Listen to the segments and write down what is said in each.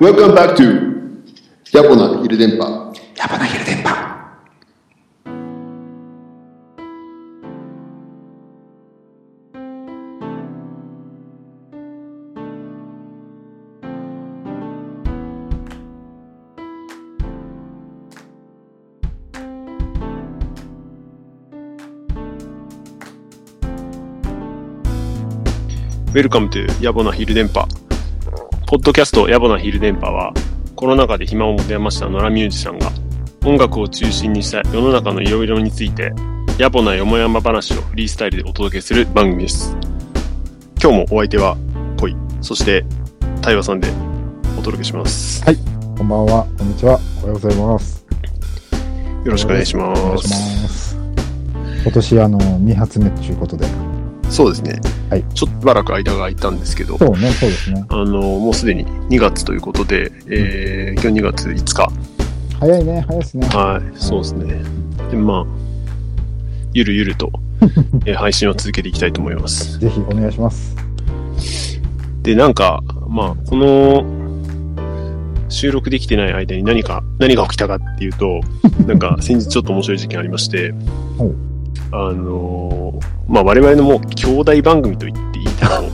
Welcome back to ジャポナ昼電波やばな昼電波。ウェルカムトゥ野暮な昼電波。ポッドキャスト野暮な昼電波は、コロナ禍で暇を持て余した野良ミュージシャンが、音楽を中心にした世の中のいろいろについて、野暮なよもやま話をフリースタイルでお届けする番組です。今日もお相手は、恋、そして、対話さんでお届けします。こんばんは、こんにちは、おはようございます。よろしくお願いしまお願いす。します。今年、あの、2発目ということで。そうですね。はいちょっとしばらく間が空いたんですけど、そうね、そうですね。あの、もうすでに2月ということで、えー、今日2月5日、早いね、早いですね。はい、そうですね。で、まあ、ゆるゆると、えー配信を続けていきたいと思います。ぜひお願いします。で、なんか、まあ、この、収録できてない間に何か、何が起きたかっていうと、なんか、先日ちょっと面白い事件ありましてほう、あのーまあ、我々のもう、兄弟番組と言っていいだろう。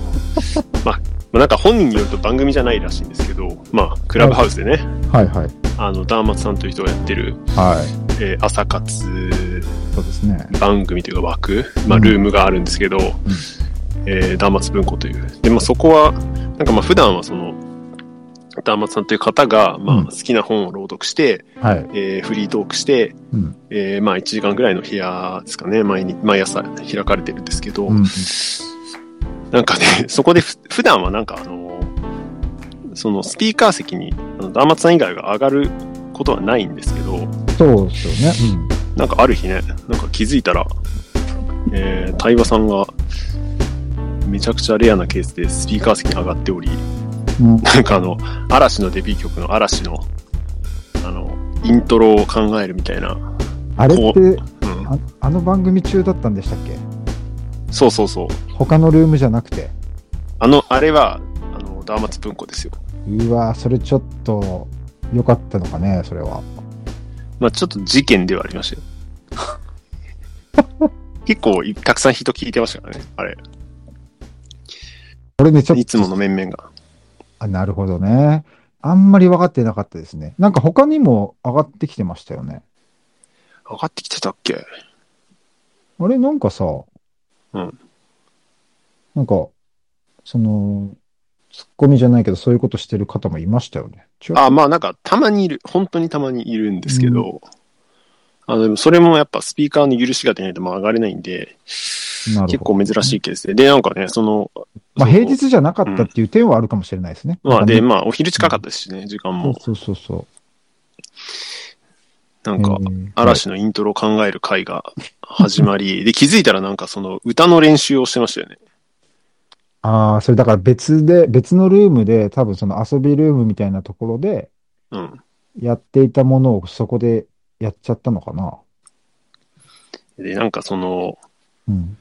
まあ、まあなんか本人によると番組じゃないらしいんですけど、まあ、クラブハウスでね、はいはい。あの、ダーマツさんという人がやってる、はえー朝活い。そうですね。番組というか枠、まあ、ルームがあるんですけど、えー、端末文庫という。で、まあ、そこは、なんかまあ普段はその、端末さんという方が、まうあ、ん好きな本を朗読して、はい。えーフリートークして、うんえーまあ、1時間ぐらいの部屋ですかね、毎日、毎朝開かれてるんですけど、うん。なんかね、 そこでふ普段はなんかあの、そのスピーカー席に、あの、端末さん以外が上がることはないんですけど、そうですよね。うん。なんかある日ね、なんか気づいたら、えー、対話さんが、めちゃくちゃレアなケースでスピーカー席に上がっており、うんなんかあの、嵐のデビュー曲の嵐の、あの、イントロを考えるみたいな、あれってうん、あ、あの番組中だったんでしたっけそうそうそう。他のルームじゃなくて。あの、あれは、あの、ダーマツ文庫ですよ。うわそれちょっと、良かったのかね、それは。まあちょっと事件ではありましたよ。 結構い、たくさん人聞いてましたからね、あれ。これね、ちょっいつもと、の面々が。あなるほどね。あんまり分かってなかったですね。なんか他にも上がってきてましたよね。上がってきてたっけあれ、なんかさ、んなんか、その、ツッコミじゃないけど、そういうことしてる方もいましたよね。違うあまあなんかたまにいる、本当にたまにいるんですけど、あのでもそれもやっぱスピーカーの許しが出ないとまあ上がれないんで、なる結ほど。構珍しいケースで。で、なんかね、その、まそのあ、平日じゃなかったっていう点はあるかもしれないですね。まあで、なんかまあお昼近かったですしね、時間ねも。そうそうそうそう。なんかえ、ー嵐のイントロを考える回が始まり、で、気づいたらなんかその歌の練習をしてましたよね。ああ、それだから別で、別のルームで、多分その遊びルームみたいなところで、うん。やっていたものをそこでやっちゃったのかな。で、なんかその、うん。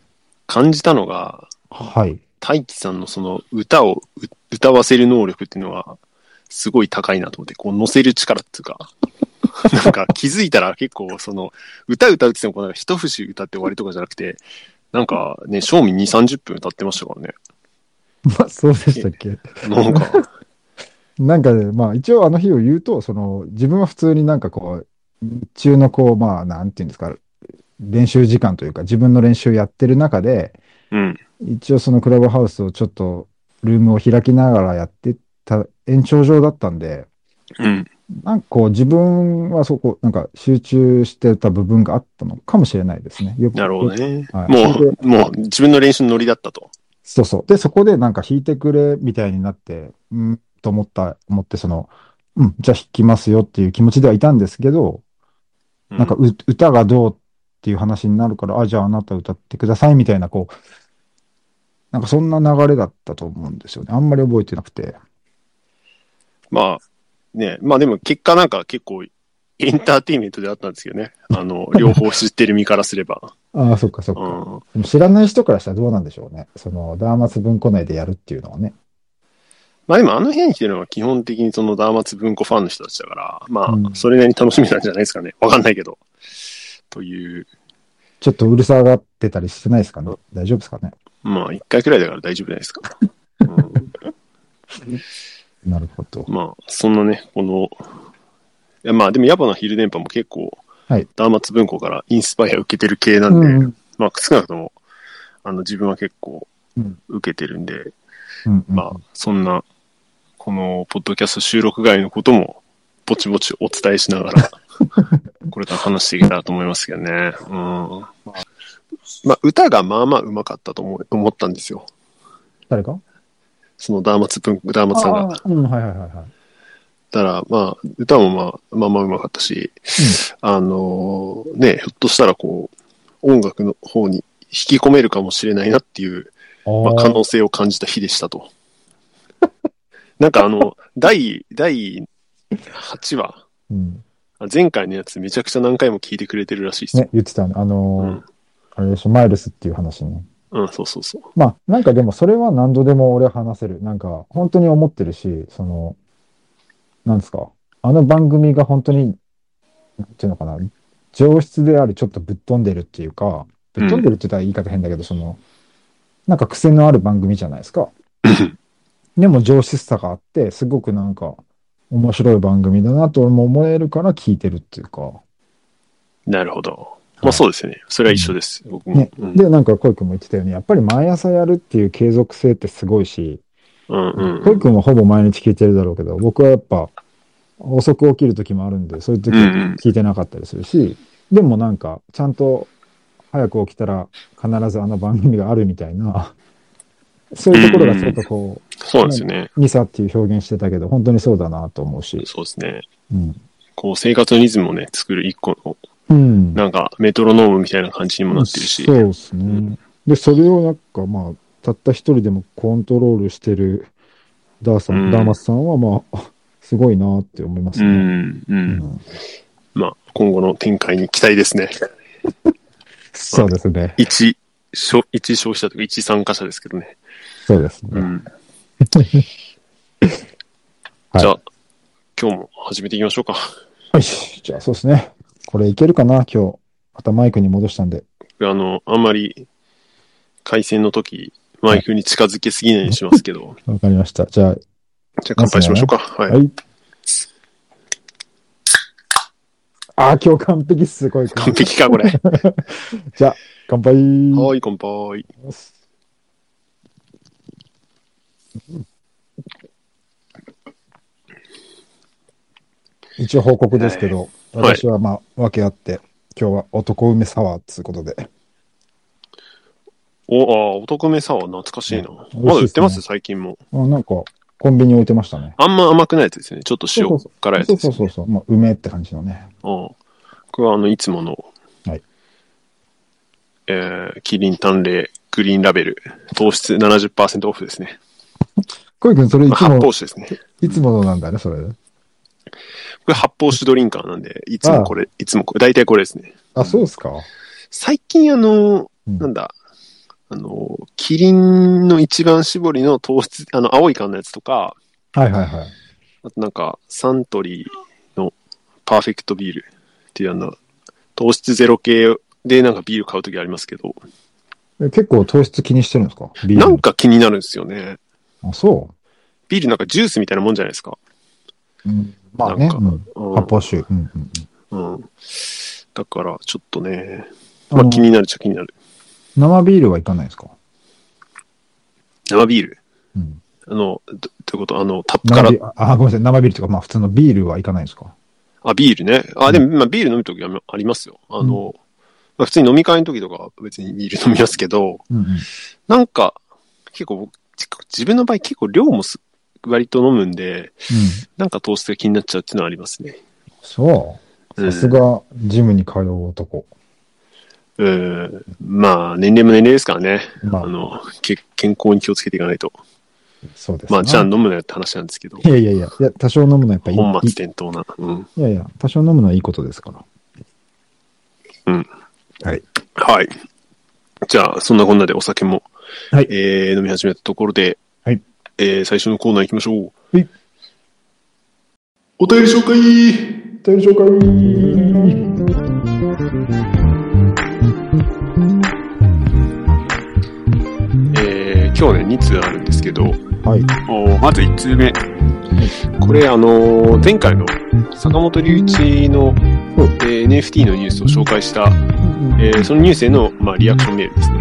感じたのが、はい。大輝さんのその歌をう歌わせる能力っていうのがすごい高いなと思って、こう乗せる力っていうか、 なんか気づいたら結構その歌歌うって言ってもこうなんか一節歌って終わりとかじゃなくて、なんかね、正味2、30分歌ってましたからね。まあ、そうでしたっけ。なんか、なんかね、まあ一応あの日を言うと、その自分は普通になんかこう、日中のこう、まあなんていうんですか、練習時間というか自分の練習をやってる中で、 うん、一応そのクラブハウスをちょっとルームを開きながらやってた延長上だったんで、うん、なんかこう自分はそこ、なんか集中してた部分があったのかもしれないですね。よくなるほどね。はいもう、もう自分の練習のノリだったと。そうそう。で、そこでなんか弾いてくれみたいになって、うん、と思った、思って、その、うん、じゃあ弾きますよっていう気持ちではいたんですけど、うなんかう歌がどうっていう話になるから、あ、じゃああなた歌ってくださいみたいな、こう、なんかそんな流れだったと思うんですよね。あんまり覚えてなくて。まあ、ね、まあでも結果なんか結構エンターテインメントであったんですけどね。あの、両方知ってる身からすれば。ああ、そっかそっうか。ん。でも知らない人からしたらどうなんでしょうね。その、ダーマス文庫内でやるっていうのはね。まあでもあの辺っていうのは基本的にそのダーマツ文庫ファンの人たちだから、まうあんそれなりに楽しみなんじゃないですかね。 わかんないけど。という、ちょっとうるさがってたりしてないですかね大丈夫ですかねまあ一回くらいだから大丈夫じゃないですか。 うんなるほど。まあ、そんなね、この、いやまあでも、野暮な昼電波も結構、はいダーマツ文庫からインスパイア受けてる系なんで、うんうんまあ少なくとも、あの自分は結構うん受けてるんで、うんうんまあそんな、このポッドキャスト収録外のことも、ぼちぼちお伝えしなが ら、これから話していけたらと思いますけどね。うん。まあ歌がまあまあうまかったと思う思ったんですよ。誰かそのダーマツ文庫、ダーマツさんが。あーうん、はいはいはいはい。だから、まあ、歌もまあ、まあまあうまかったし、あのーね、ひょっとしたらこう、音楽の方に引き込めるかもしれないなっていう、まあ、ー可能性を感じた日でしたと。 なんかあの、第、第8話、うん。あ前回のやつめちゃくちゃ何回も聞いてくれてるらしいですよ。ね、言ってたね。あうのん、ー、あれでしょ、マイルスっていう話ね。うん、そうそうそう。まあ、なんかでもそれは何度でも俺は話せる。なんか、本当に思ってるし、その、なんですか。あの番組が本当に、なんていうのかな、上質でありちょっとぶっ飛んでるっていうか、ぶっ飛んでるって言ったら言い方変だけど、その、なんか癖のある番組じゃないですか。でも上質さがあって、すごくなんか、面白い番組だなと俺も思えるから聞いてるっていうか。なるほど。まあそうですよね。それは一緒です。僕もね。。うん、で、なんか、こいくんも言ってたように、やっぱり毎朝やるっていう継続性ってすごいし、うん、うコイん。君はほぼ毎日聞いてるだろうけど、僕はやっぱ、遅く起きる時もあるんで、そういう時うんうん聞いてなかったりするし、でもなんか、ちゃんと早く起きたら必ずあの番組があるみたいな、 そういうところがちょっとこそうなんですよね。う、ミサっていう表現してたけど、本当にそうだなと思うし、そうですね。うん。こう、生活のリズムをね、作る一個のうん。なんかメトロノームみたいな感じにもなってるし。そうですね。んで、それをなんか、まあ、たった一人でもコントロールしてるダーさん、うんダーマスさんは、まあ、あ すごいなって思いますうね。ん、う。うんまあ、今後の展開に期待ですね。そうですね。一、消一消費者というか一参加者ですけどね。そうですうね。ん。はじいゃあ、今日も始めていきましょうか。 はい。じゃあ、そうですね。これいけるかな今日。またマイクに戻したんで。あの、あんまり、回線の時、マイクに近づけすぎないようにしますけど、わかりました。じゃあ、 じゃあ乾杯しましょうか。はい。はい。ああ、今日完璧っす、これ。 完璧か、こ れ。はじゃあ、乾杯。い、乾杯。一応報告ですけど、はい私はまあ、訳あって、今日は男梅サワーっつうことで。お、あー、男目さは懐かしいな。美味しいですねまだ売ってます最近も。あなんか、コンビニ置いてましたね。あんま甘くないやつですよね。ちょっと塩そうそうそう辛いやつそうですそようねそうそう、まあ、梅って感じのね。ああ僕はあの、いつもの、はいえー、キリン淡麗グリーンラベル、糖質70%オフですね。こいくん、それいまあつ発も泡、酒ですね。いつものなんだね、それ。これ発泡酒ドリンカーなんで、いつもこれ、いつもこれ、大体これですね。あ、そうですか。最近あの、うんなんだ、あの、キリンの一番搾りの糖質、あの、青い缶のやつとか、はいはいはい。あとなんか、サントリーのパーフェクトビールっていうあの、糖質ゼロ系でなんかビール買うときありますけど、え結構糖質気にしてるんですかビールなんか気になるんですよね。あ、そビールなんかジュースみたいなもんじゃないですか。う。うん、まあね。なんうかん、うん発泡酒。うんうんうんうん。だから、ちょっとね、あまあの気になるっちゃ気になる。生ビールはいかないですか、生ビール。うん、あの、どどういうことあの、タップか生らビ、ールあ、ごめんなさい。生ビールというか、まあ普通のビールはいかないですかあ、ビールね。あ、でも、まあビール飲むときはありますよ。あの、まあ普通に飲み会のときとかは別にビール飲みますけど、うんうん。なんか、結構僕、自分の場合結構量もす割と飲むんで、なんか糖質が気になっちゃうっていうのはありますね。そうう。さんすが、ジムに通う男。うん。まあ、年齢も年齢ですからね。まああ、の、け健康に気をつけていかないと。そうです、ね。まあ、じゃあ飲むなよって話なんですけどい。やいやいや、いや多少飲むのはやっぱいい。本末転倒な。うん。いやいや、多少飲むのはいいことですから。はい。じゃあ、そんなこんなでお酒も、はいえー飲み始めたところで、はいえー最初のコーナー行きましょう。はいお便り紹介お便り紹介えー今日ね、2通あるんですけど、はい。おーまず1通目。これ、あのー前回の坂本龍一の、えー NFT のニュースを紹介した、えーそのニュースへの、まあ、リアクションメールですね。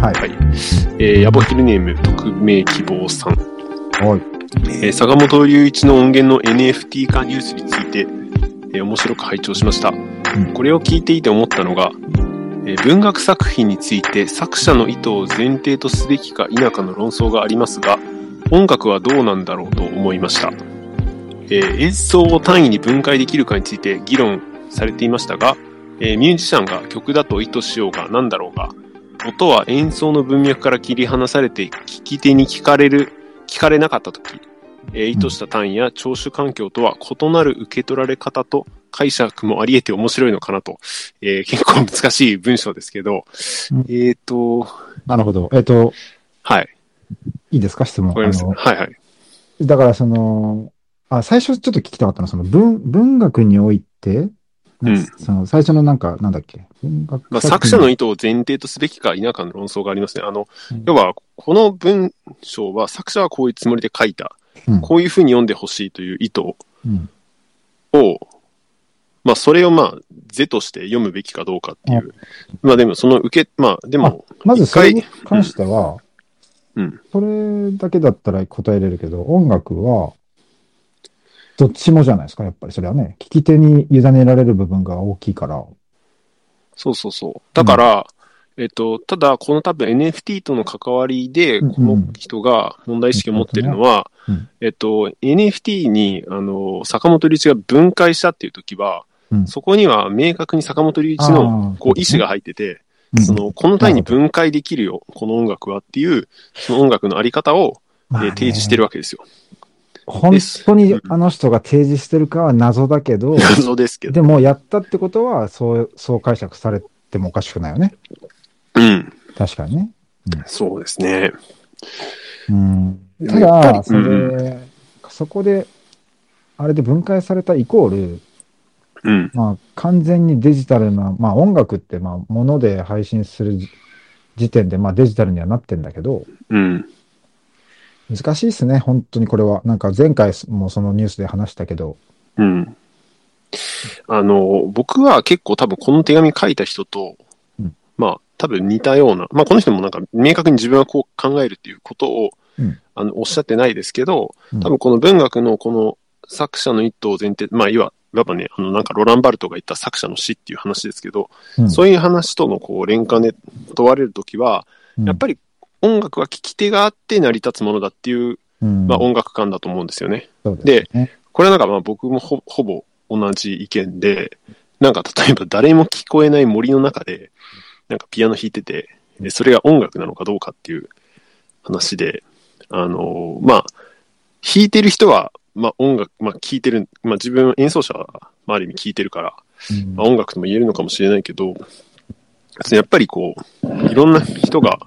はい。はい。えー、ヤボヒルネーム、匿名希望さん。はい。えー坂本龍一の音源の NFT 化ニュースについて、えー面白く拝聴しました、んこれを聞いていて思ったのが、えー文学作品について作者の意図を前提とすべきか否かの論争がありますが音楽はどうなんだろうと思いました、えー演奏を単位に分解できるかについて議論されていましたが、えーミュージシャンが曲だと意図しようが何だろうが音は演奏の文脈から切り離されて聞き手に聞かれる聞かれなかった時えー意図した単位や聴取環境とは異なる受け取られ方と解釈もあり得て面白いのかなと、えー 結構難しい文章ですけど、うんえっ、と、なるほど。えっ、と、はい、いいですか質問。わかりました。あのはいはい。だからその、あ、最初ちょっと聞きたかったのは、その文、文学において、うんその最初のなんか、なんだっけ文学まあ、作者の意図を前提とすべきか否かの論争がありますね。あのうん、要は、この文章は作者はこういうつもりで書いた。うんこういうふうに読んでほしいという意図を、うんまあ、それをまあ、是として読むべきかどうかっていう。まあ、でも、その受け、まあ、でも、まず一それ回に関しては、うんそれだけだったら答えれるけど、音楽は、どっちもじゃないですか、やっぱりそれはね。聞き手に委ねられる部分が大きいから。そうそうそう。だから、えっと、ただ、この多分 NFT との関わりで、うんこの人が問題意識を持ってるのは、うんえっと、NFT に、あの、坂本龍一が分解したっていう時は、うんそこには明確に坂本龍一の、あーこう、意思が入ってて、うんその、この単位に分解できるよ、この音楽はっていう、その音楽のあり方を、えまあーね提示してるわけですよ。本当にあの人が提示してるかは謎だけど、謎ですけど。でもやったってことは、そう、そう解釈されてもおかしくないよね。うん。確かにね。そうですね。うん。いやたやっだ、それ、そこで、あれで分解されたイコール、うん。まあ、完全にデジタルな、まあ、音楽って、まあ、もので配信するじ時点で、まあ、デジタルにはなってんだけど、うん。難しいですね、本当にこれは。なんか、前回もそのニュースで話したけど、うん。あの、僕は結構多分この手紙書いた人と、うんまあ多分似たような、まあこの人もなんか明確に自分はこう考えるっていうことを、うんあのおっしゃってないですけど、うん多分この文学のこの作者の一途を前提、まあいわいわばね、あのなんかロランバルトが言った作者の死っていう話ですけど、うんそういう話とのこう連関で問われるときは、うんやっぱり音楽は聴き手があって成り立つものだっていう、うんまあ音楽観だと思うんですよね。そうですねこれはなんかまあ僕もほほぼ同じ意見で、なんか例えば誰も聞こえない森の中で、なんかピアノ弾いてて、でそれが音楽なのかどうかっていう話で、あのーまあ、弾いてる人は、まあ音楽、まあ聴いてる、まあ自分は演奏者は、まあある意味聴いてるから、うんまあ音楽とも言えるのかもしれないけど、そのやっぱりこう、いろんな人が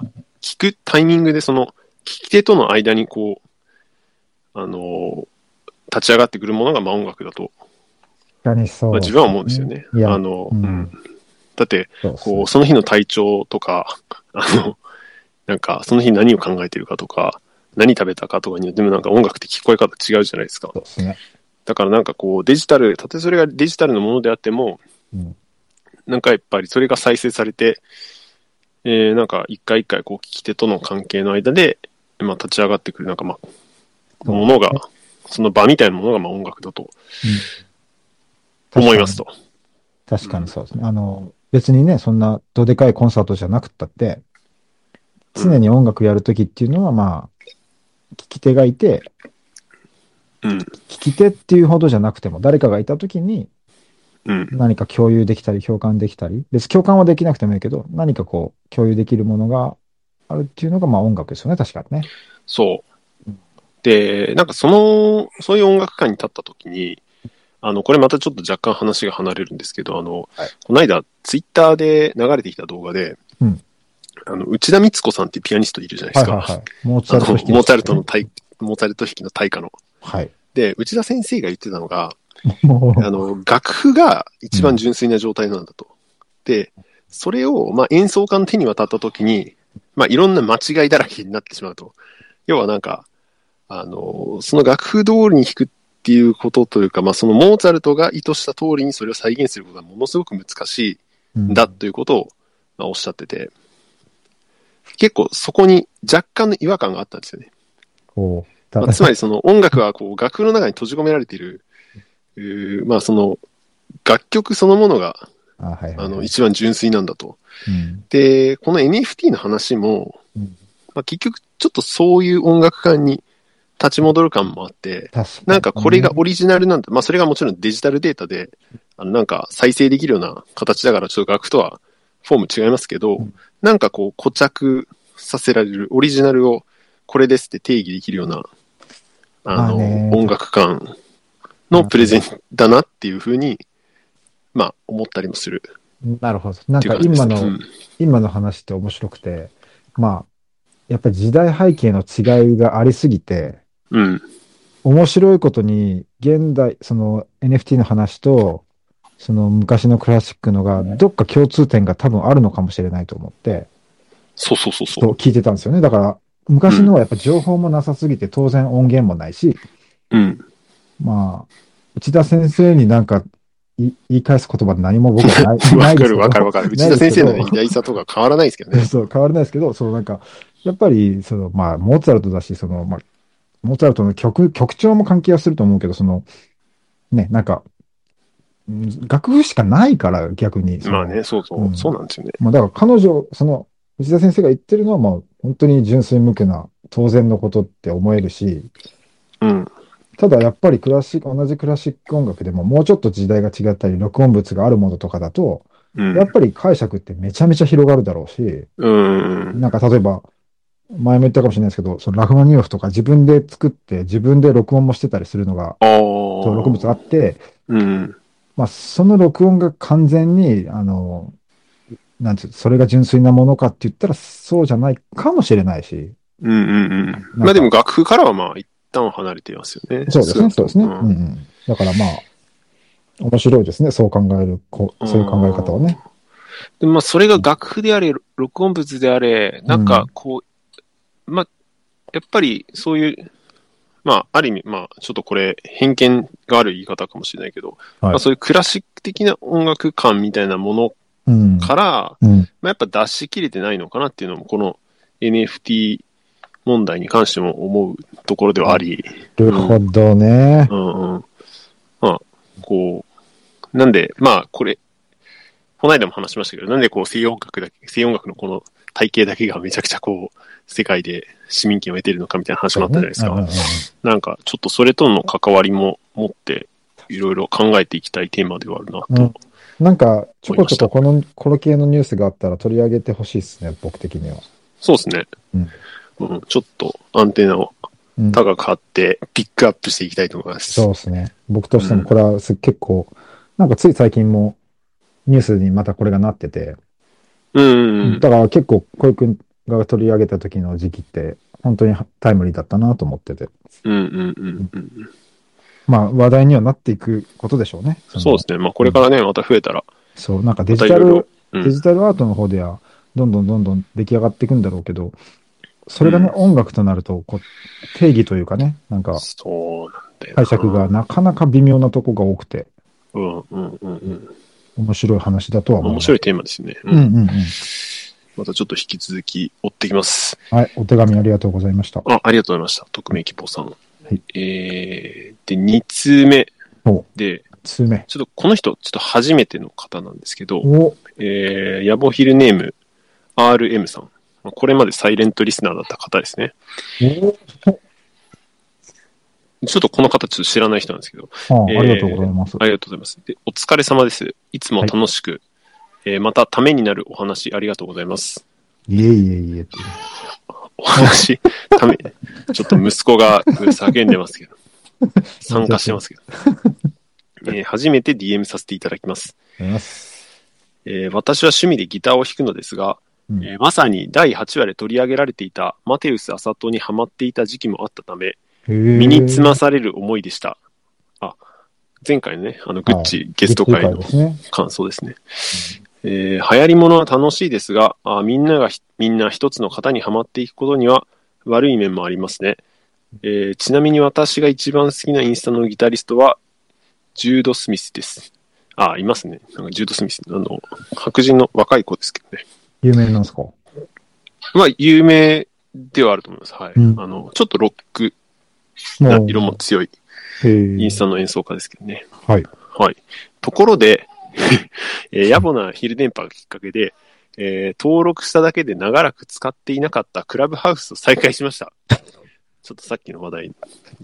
聞くタイミングで、その、聞き手との間にこう、あのー立ち上がってくるものがまあ音楽だと、確かにそうまあ、です自分ね、は思うんですよね。いやあの、うんうんだって、そうですねこう、その日の体調とか、あの、なんか、その日何を考えてるかとか、何食べたかとかによってもなんか音楽って聞こえ方違うじゃないですか。そうですね。だからなんかこうデジタル、たとえそれがデジタルのものであっても、うんなんかやっぱりそれが再生されて、えーなんか一回一回こう聞き手との関係の間で、まあ立ち上がってくるなんかまあ、そうものが、その場みたいなものがまあ音楽だと思いますと。確かにそうですね。あの、別にね、そんなどでかいコンサートじゃなくったって、常に音楽やるときっていうのは、まあ、聞き手がいて、うん。聞き手っていうほどじゃなくても、誰かがいたときにうん。何か共有できたり、共感できたり、別に共感はできなくてもいいけど、何かこう、共有できるものがあるっていうのが、まあ音楽ですよね、確かにね。そう。で、なんかその、そういう音楽界に立った時に、あの、これまたちょっと若干話が離れるんですけど、あの、はいこの間、ツイッターで流れてきた動画で、うんあの、内田光子さんっていうピアニストいるじゃないではすか。いはいはい。モーツあァのルト弾きですねモーツァルトの。体モーツァルト弾きの大家の。はい。で、内田先生が言ってたのが、もうあの、楽譜が一番純粋な状態なんだと。で、それを、まあ、演奏家の手に渡った時に、まあ、いろんな間違いだらけになってしまうと。要はなんか、あの、その楽譜通りに弾くっていうことというか、まあ、そのモーツァルトが意図した通りにそれを再現することがものすごく難しういんんだということを、まあ、おっしゃってて、結構そこに若干の違和感があったんですよね。こうたまあつまりその音楽はこう楽譜の中に閉じ込められている、うーまあその楽曲そのものがあはいはいはいあの一番純粋なんだと。うんで、この NFT の話もうん、まあ、結局ちょっとそういう音楽感に立ち戻る感もあって、確かになんかこれがオリジナルなんだ。まあそれがもちろんデジタルデータで、あのなんか再生できるような形だからちょっと楽譜とはフォーム違いますけどうん、なんかこう固着させられる、オリジナルをこれですって定義できるような、あのまあね、音楽感のプレゼンだなっていうふうに、まあ思ったりもするなるほど。なっんていうか感じです今ね。の、うん今の話って面白くて、まあ、やっぱり時代背景の違いがありすぎて、うん。面白いことに、現代、その NFT の話と、その昔のクラシックのが、どっか共通点が多分あるのかもしれないと思って、そうそうそうとそ聞いてたんですよね。だから、昔のはやっぱ情報もなさすぎて、当然音源もないし、う。うん。まあ、内田先生になんかい言い返す言葉何も僕はないな わかいですけるど。。わかるわかる。内田先生の偉大さとか変わらないですけどね そう、変わらないですけど、そのなんか、やっぱり、その、まあ、モーツァルトだし、その、まあ、モーツァルトの曲、曲調も関係はすると思うけど、その、ね、なんか、うん楽譜しかないから、逆に。そまのあね、。そうそう、うんそうなんですよね。まあ、だから彼女、その、藤田先生が言ってるのは、まあ、本当に純粋無垢な、当然のことって思えるし、うん。ただやっぱりクラシック、同じクラシック音楽でも、もうちょっと時代が違ったり、録音物があるものとかだと、うんやっぱり解釈ってめちゃめちゃ広がるだろうし、うん。なんか例えば、前も言ったかもしれないですけど、そのラフマニノフとか自分で作って、自分で録音もしてたりするのが、ああ。その録音物あって、うん。まあ、その録音が完全に、あの、なんていう、それが純粋なものかって言ったら、そうじゃないかもしれないし、うんうんうん。まあでも楽譜からはまあ一旦離れていますよね。そうですね、そうですね。うんんうん。だからまあ、面白いですね、そう考える、こうそういう考え方はね。でまあそれが楽譜であれ、録音物であれ、なんかこう、まあ、やっぱりそういう、まあある意味、まあちょっとこれ偏見がある言い方かもしれないけど、まあそういうクラシック的な音楽感みたいなものうん。から、うん。まあ、やっぱ出し切れてないのかなっていうのも、この NFT 問題に関しても思うところではあり、なるほどね。うんうん。まあ、こう、なんで、まあ、これ、この間も話しましたけど、なんでこう西洋音楽だけ、西洋音楽のこの体系だけがめちゃくちゃこう、世界で市民権を得てるのかみたいな話もあったじゃないですうんうんうかん。なんか、ちょっとそれとの関わりも持って、いろいろ考えていきたいテーマではあるなと。うんなんか、ちょこちょここの、この系のニュースがあったら取り上げてほしいですね、僕的には。そうですね。うんうんちょっとアンテナをうん、高く張って、ピックアップしていきたいと思います。そうですね。僕としてもこれはす結構、なんかつい最近もニュースにまたこれがなってて、うんうんだから結構、小井くんが取り上げた時の時期って、本当にタイムリーだったなと思ってて、うん。うんうんうんうん。まあ話題にはなっていくことでしょうね。のそうですね。まあ、これからね、また増えたら、そう、なんかデまジたいタろいろル、。うデんジタルアートの方では、どんどんどんどん出来上がっていくんだろうけど、それがね、音楽となると、こう、定義というかね、なんか、そうなんだよな。解釈がなかなか微妙なとこが多くて、うんうんうんうん。面白い話だとは思い面ます。白いテーマですよね。ううんんうんうん。またちょっと引き続き追ってきます。はい、お手紙ありがとうございました。あ、ありがとうございました。匿名希望さん。いえー、で、2通目お。で、通目。ちょっとこの人、ちょっと初めての方なんですけど、お、えー、ヤボヒルネーム RM さん。まあこれまでサイレントリスナーだった方ですね。ちょっとこの方ちょっと知らない人なんですけど、お、あえーありがとうございます。ありがとうございます。でお疲れ様です。いつも楽しく、えーまたためになるお話ありがとうございます。いえいえいえって。お話、ため、ちょっと息子が叫んでますけ ど、参加して ますけど。えー初めて DM させていただきます。ありがとうございます。えー私は趣味でギターを弾くのですが、うんえーまさに第8話で取り上げられていたマテウス・アサトにハマっていた時期もあったため、身身につまされる思いでした。あ、前回のね、あの、グッチゲスト会のですね。感想ですね。えー流行り物は楽しいですが、あみんながひみんな一つの型にはまっていくことには悪い面もありますね。えーちなみに私が一番好きなインスタのギタリストは、ジュード・スミスです。あ、いますね。なんかジュード・スミス。あの、白人の若い子ですけどね。有名なんですかまあ、有名ではあると思います。はい。うんあの、ちょっとロックなもう色も強いイインスタの演奏家ですけどね。はい。はい。ところで、 えー野暮な昼電波がきっかけで、えー登録しただけで長らく使っていなかったクラブハウスを再開しました。 ちょっとさっきの話題、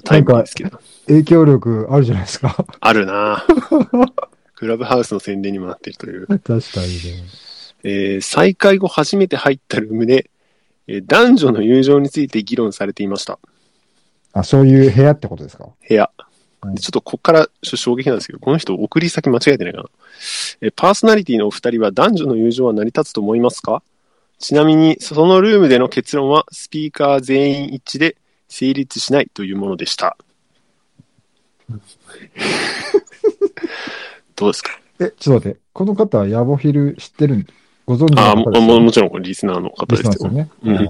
タイムリーですけど、影響力あるじゃないですか。あるなぁクラブハウスの宣伝にもなっているという。 確かにね。えー再開後初めて入ったルームで、えー男女の友情について議論されていました。あ、そういう部屋ってことですか部屋。はいでちょっとここからちょ衝撃なんですけど、この人送り先間違えてないかな。えパーソナリティのお二人は男女の友情は成り立つと思いますかちなみに、そのルームでの結論はスピーカー全員一致で成立しないというもので した。どうですかえ、ちょっと待って。この方はヤボヒル知ってるんご存知ああのも方ですもよねもちろんこれリスナーの方リでスすナーよで。すようんね。あー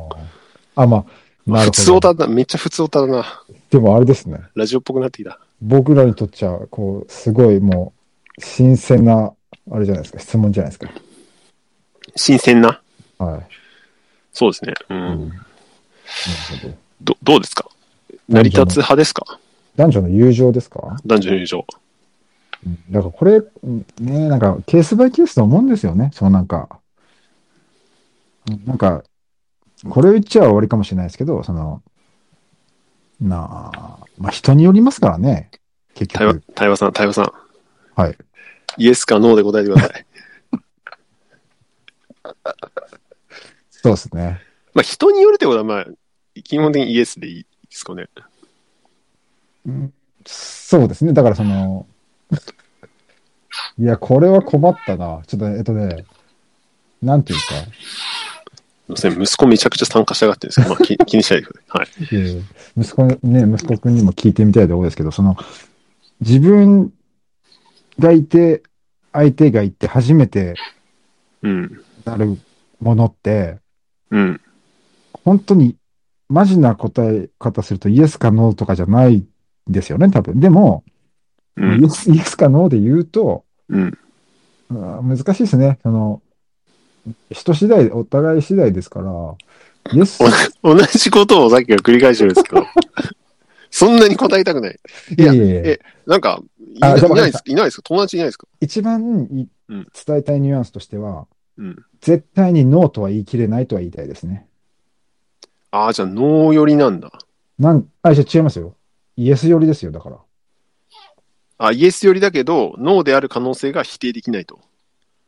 あ、まあ、なる普通ほど。歌だな、めっちゃ普通歌だな。でもあれですね。ラジオっぽくなってきた。僕らにとっちゃ、こう、すごいもう、新鮮な、あれじゃないですか、質問じゃないです新鮮な。か。はい。そうですね。う。うんなるほどどどうですか成り立つ派ですか男女の友情ですか男女の友情。うんだからこれ、うんね、なんかケースバイケースと思うんですよね。そのなんか、うんなんか、これを言っちゃ終わりかもしれないですけど、その、なあ、まあ人によりますからね。結対話局。、対話さん、対話さん。はい。イエスかノーで答えてくだ さい。そうですね。まあ、人によるってことは、まあ、基本的にイエスでいいですかね。うんそうですね。だからその、いや、これは困ったな。ちょっと、えっとね、なんていうか、すいません息子めちゃくちゃ参加したがってるんですけど、まあ、き 気にしないでください。はい。えー息子ね、息子くんにも聞いてみたいところですけど、その、自分がいて、相手がいて初めてうん。なるものって、うん。本当にマジな答え方するとイエスかノーとかじゃないんですよね、多分。でも、うイんエ。スイエスかノーで言うと、うん。うん難しいですね。その、人次第、お互い次第ですから、イエス、同じことをさっきから繰り返してるんですけど、 そんなに答えたくない。いやいやいえや、なんか、いあなじゃあいわかりましたないですいないですか友達いないですか一番いうん伝えたいニュアンスとしては、うん。絶対にノーとは言い切れないとは言いたいですね。ああ、じゃあ、ノー寄りなんだ。なん、あ、じゃあ違いますよ。イエス寄りですよ、だから。あ、イエス寄りだけど、ノーである可能性が否定できないと。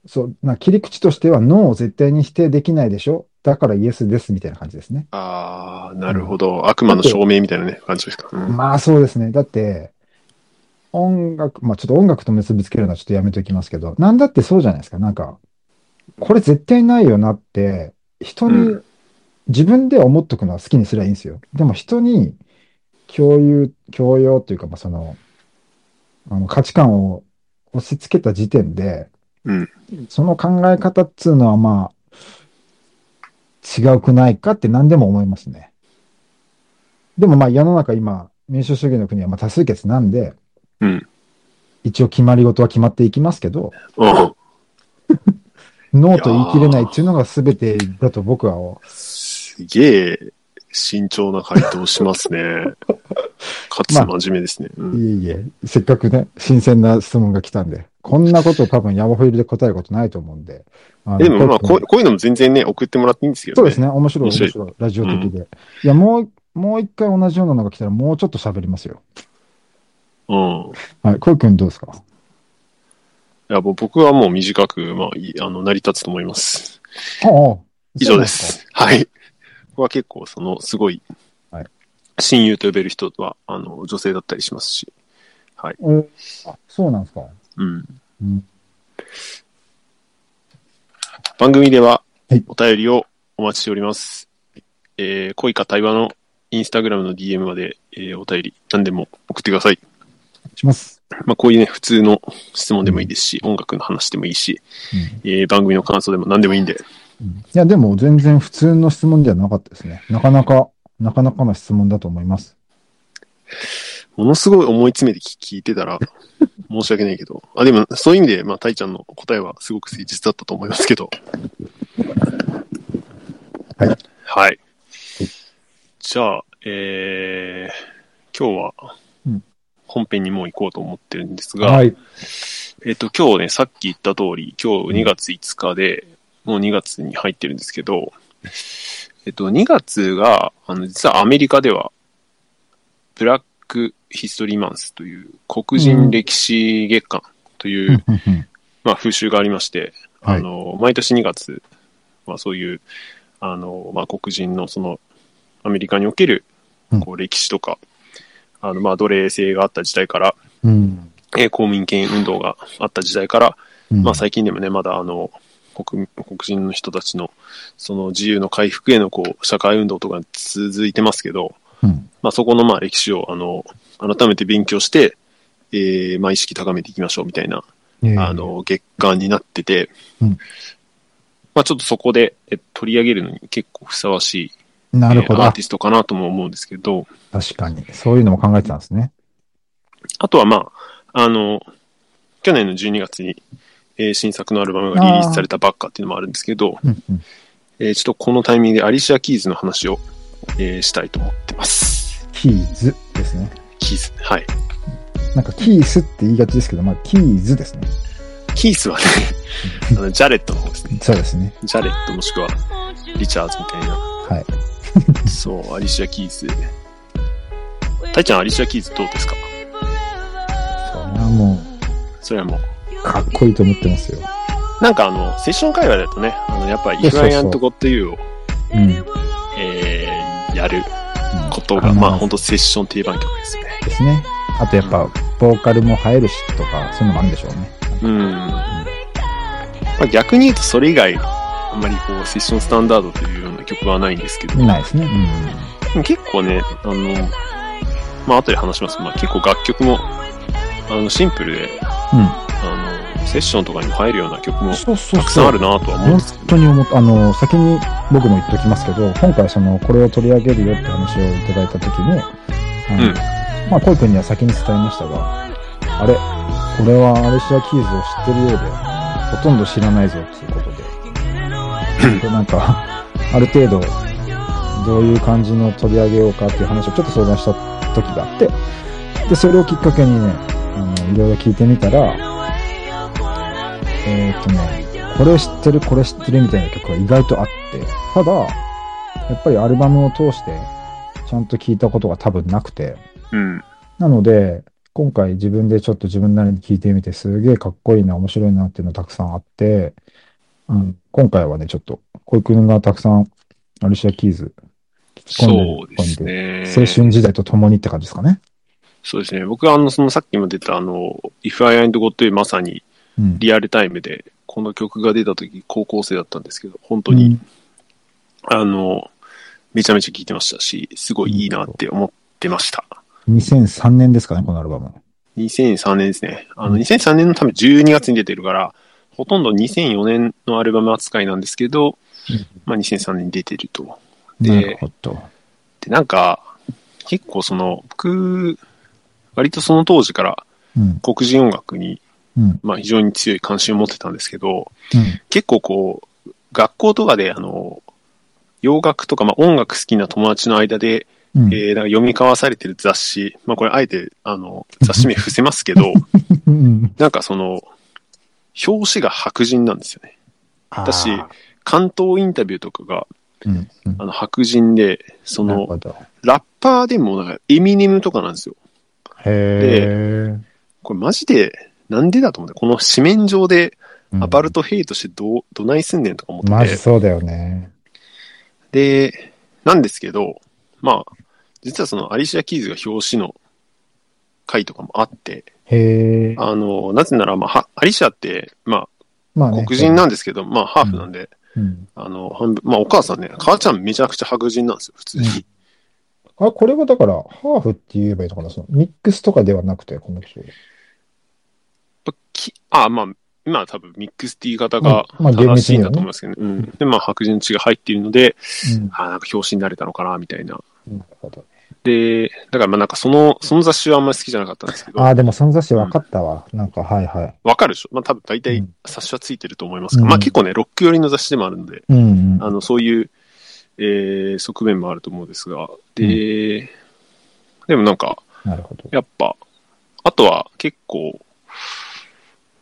そう、な切り口としては、ノーを絶対に否定できないでしょだからイエスです、みたいな感じですね。ああ、なるほど。悪魔の証明みたいなね、感じですか。うん。まあそうですね。だって、音楽、まあちょっと音楽と結びつけるのはちょっとやめておきますけど、なんだってそうじゃないですか。なんか、これ絶対ないよなって、人うに、自分では思っとくのは好きにすりゃいいんですよ。でも人に共有、共用というか、まあその、あの価値観を押し付けた時点で、うんその考え方っつうのはまあ、違うくないかって何でも思いますね。でもまあ世の中今、民主主義の国はまあ多数決なんで、うん一応決まり事は決まっていきますけど、うん。ノーと言い切れないっていうのが全てだと僕はすげえ慎重な回答します ね。かつ真面目ですね。うんいえいえ、せっかくね、新鮮な質問が来たんで、こんなこと多分ヤマホイルで答えることないと思うんで。あのでもまあこう、ちょっとこういうのも全然ね、送ってもらっていいんですけどそうね。ですね、面白い、面面白い白い、ラジオ的で。いや、もう、もう一回同じようなのが来たら、もうちょっと喋りますよ。うん。はい、こうくんどうですかいや、もう僕はもう短く、まあ、いいあの、成り立つと思います。ああ以上で。す。はい。僕は結構、その、すごい、はい親友と呼べる人は、あの、女性だったりしますし。そうなんですかおあ、そうなんですか。うん。うん番組でははいお便りをお待ちしております。えー、恋か対話のインスタグラムの DM まで、えーお便り、何でも送ってください。します。まあ、こういうね、普通の質問でもいいですし、音楽の話でもいいし、うんえー番組の感想でも何でもいいんで、うんいや、でも全然普通の質問ではなかったですね。なかなか、なかなかな質問だと思います。ものすごい思い詰めて聞聞いて たら、申し訳ないけど、あ、でも、そういう意味で、まあ、たいちゃんの答えはすごく誠実だったと思いますけど。はい。はい。じゃあ、えー、今日はうん、本編にもう行こうと思ってるんですが、はい。えっと、今日ね、さっき言った通り、今日2月5日で、もう2月に入ってるんですけど、えっと、2月が、あの、実はアメリカでは、ブラックヒストリーマンスという黒人歴史月間という、まあ、風習がありまして、はいあの、毎年2月はそういう、あの、まあ、黒人のその、アメリカにおけるうん、こう、歴史とか、あの、まあ、奴隷制があった時代から、うん。えー公民権運動があった時代から、うんまあ、最近でもね、まだあの黒黒人の人たちのその自由の回復へのこう社会運動とか続いてますけど、うんまあ、そこのまあ歴史をあの改めて勉強して、えーまあ、意識高めていきましょうみたいな、ええあの月間になってて、うんまあ、ちょっとそこでえ取り上げるのに結構ふさわしい、なるほえーど。アーあティストかなとも思うんですけど、確かに。そういうのも考えてたんですね。あとはまあ、あの、去年の12月に、えー新作のアルバムがリリースされたばっかっていうのもあるんですけど、うんうんえーちょっとこのタイミングでアリシア・キーズの話を、えーしたいと思ってます。キーズですね。キーズ。はい。なんかキースって言いがちですけど、まあ、キーズですね。キーズ はね、あの、ジャレットの方ですね。そうですね。ジャレットもしくはリチャーズみたいな。はい。そう、アリシア・キーズ。タイちゃん、アリシア・キーズどうですかそれはもそれはもう。う、かっこいいと思ってますよ。なんかあの、セッション界隈だとね、あの、やっぱり、いやイそうフそうライアント・ゴッド・ユーを、うん。うんえーやることが、うんまあ、ほんとセッション定番曲ですね。ですね。あとやっぱ、ボーカルも入るしとか、そういうのもあるんでしょうね。うん。まあ、逆に言うと、それ以外、あんまりこう、セッションスタンダードというような曲はないんですけど、ないですね。結構ね、あの、まあ、後で話しますけど、まあ、結構楽曲も、あの、シンプルで、うん。うん。あの、セッションとかにも入るような曲もそうそうそう。たくさんあるなとは思うん本ですけど、当に思った。あの、先に僕も言っときますけど、今回その、これを取り上げるよって話をいただいたときに、あうのんまあ、コイ君には先に伝えましたが、あれ、これはアレシア・キーズを知ってるようで、ほとんど知らないぞっていうこと で。で、なんか、ある程度、どういう感じの取り上げようかっていう話をちょっと相談した時があって、で、それをきっかけにね、あの、いろいろ聞いてみたら、えーっ、とね、これ知ってる、これ知ってるみたいな曲が意外とあって、ただ、やっぱりアルバムを通して、ちゃんと聞いたことが多分なくて、うん。なので、今回自分でちょっと自分なりに聞いてみて、すげえかっこいいな、面白いなっていうのたくさんあって、うん、今回はね、ちょっと、小池君がたくさん、アルシア・キーズ、聞き込んでるそうですね。青春時代と共にって感じですかね。そうですね。僕はあの、そのさっきも出たあの、If I Ain't God というまさにうん。リアルタイムで、この曲が出た時高校生だったんですけど、本当に、あの、めちゃめちゃ聴いてましたし、すごいいいなって思ってました。うん2003年ですかね、このアルバム。 2003年ですね。あの、うん2003年の多分12月に出てるから、ほとんど2004年のアルバム扱いなんですけどうん、まあ2003年に出てると。でなるほど。で、なんか、結構その、僕、割とその当時からうん。黒人音楽に、うん。まあ非常に強い関心を持ってたんですけど、うん。結構こう、学校とかであの、洋楽とか、まあ、音楽好きな友達の間で、うん。えーなんか読み交わされてる雑誌、まあ、これあえて、あの、雑誌名伏せますけど、うん なんかその、表紙が白人なんですよね。だし、関東インタビューとかが、うん。うんあの、白人で、そなるほの、ど。ラッパーでも、なんか、エミネムとかなんですよ。へえ。これマジで、なんでだと思って、この紙面上で、うんアパルトヘイトしてどう、どないすんねんとか思っマてジ、そうだよね。で、なんですけど、まあ、実はその、アリシア・キーズが表紙の回とかもあって、へえ。あの、なぜなら、まあは、アリシアって、ままああ、ね。黒人なんですけど、まあ、ハーフなんで、うん。あの、半分、まあお母さんね、母ちゃんめちゃくちゃ白人なんですよ、普通に。あ、これはだから、ハーフって言えばいいのかなそのミックスとかではなくて、この人。やっぱきあ、まあ、今は多分ミックスティー型がうんまあ正しいんだと思いますけどね。うん。で、まあ、白人の血が入っているので、うんあなんか表紙になれたのかな、みたいな。なるほど。で、だからまあなんかその、その雑誌はあんまり好きじゃなかったんですけど、ああ、でも、さんざし分かったわ。なんか、はいはい。わかるでしょまあ多分大う体ん冊子はついてると思いますが、うんまあ結構ね、ロック寄りの雑誌でもあるんで、うん、あの、そういう、えー、側面もあると思うんですが、で、でもなんか、うん。なるほど。やっぱ、あとは結構、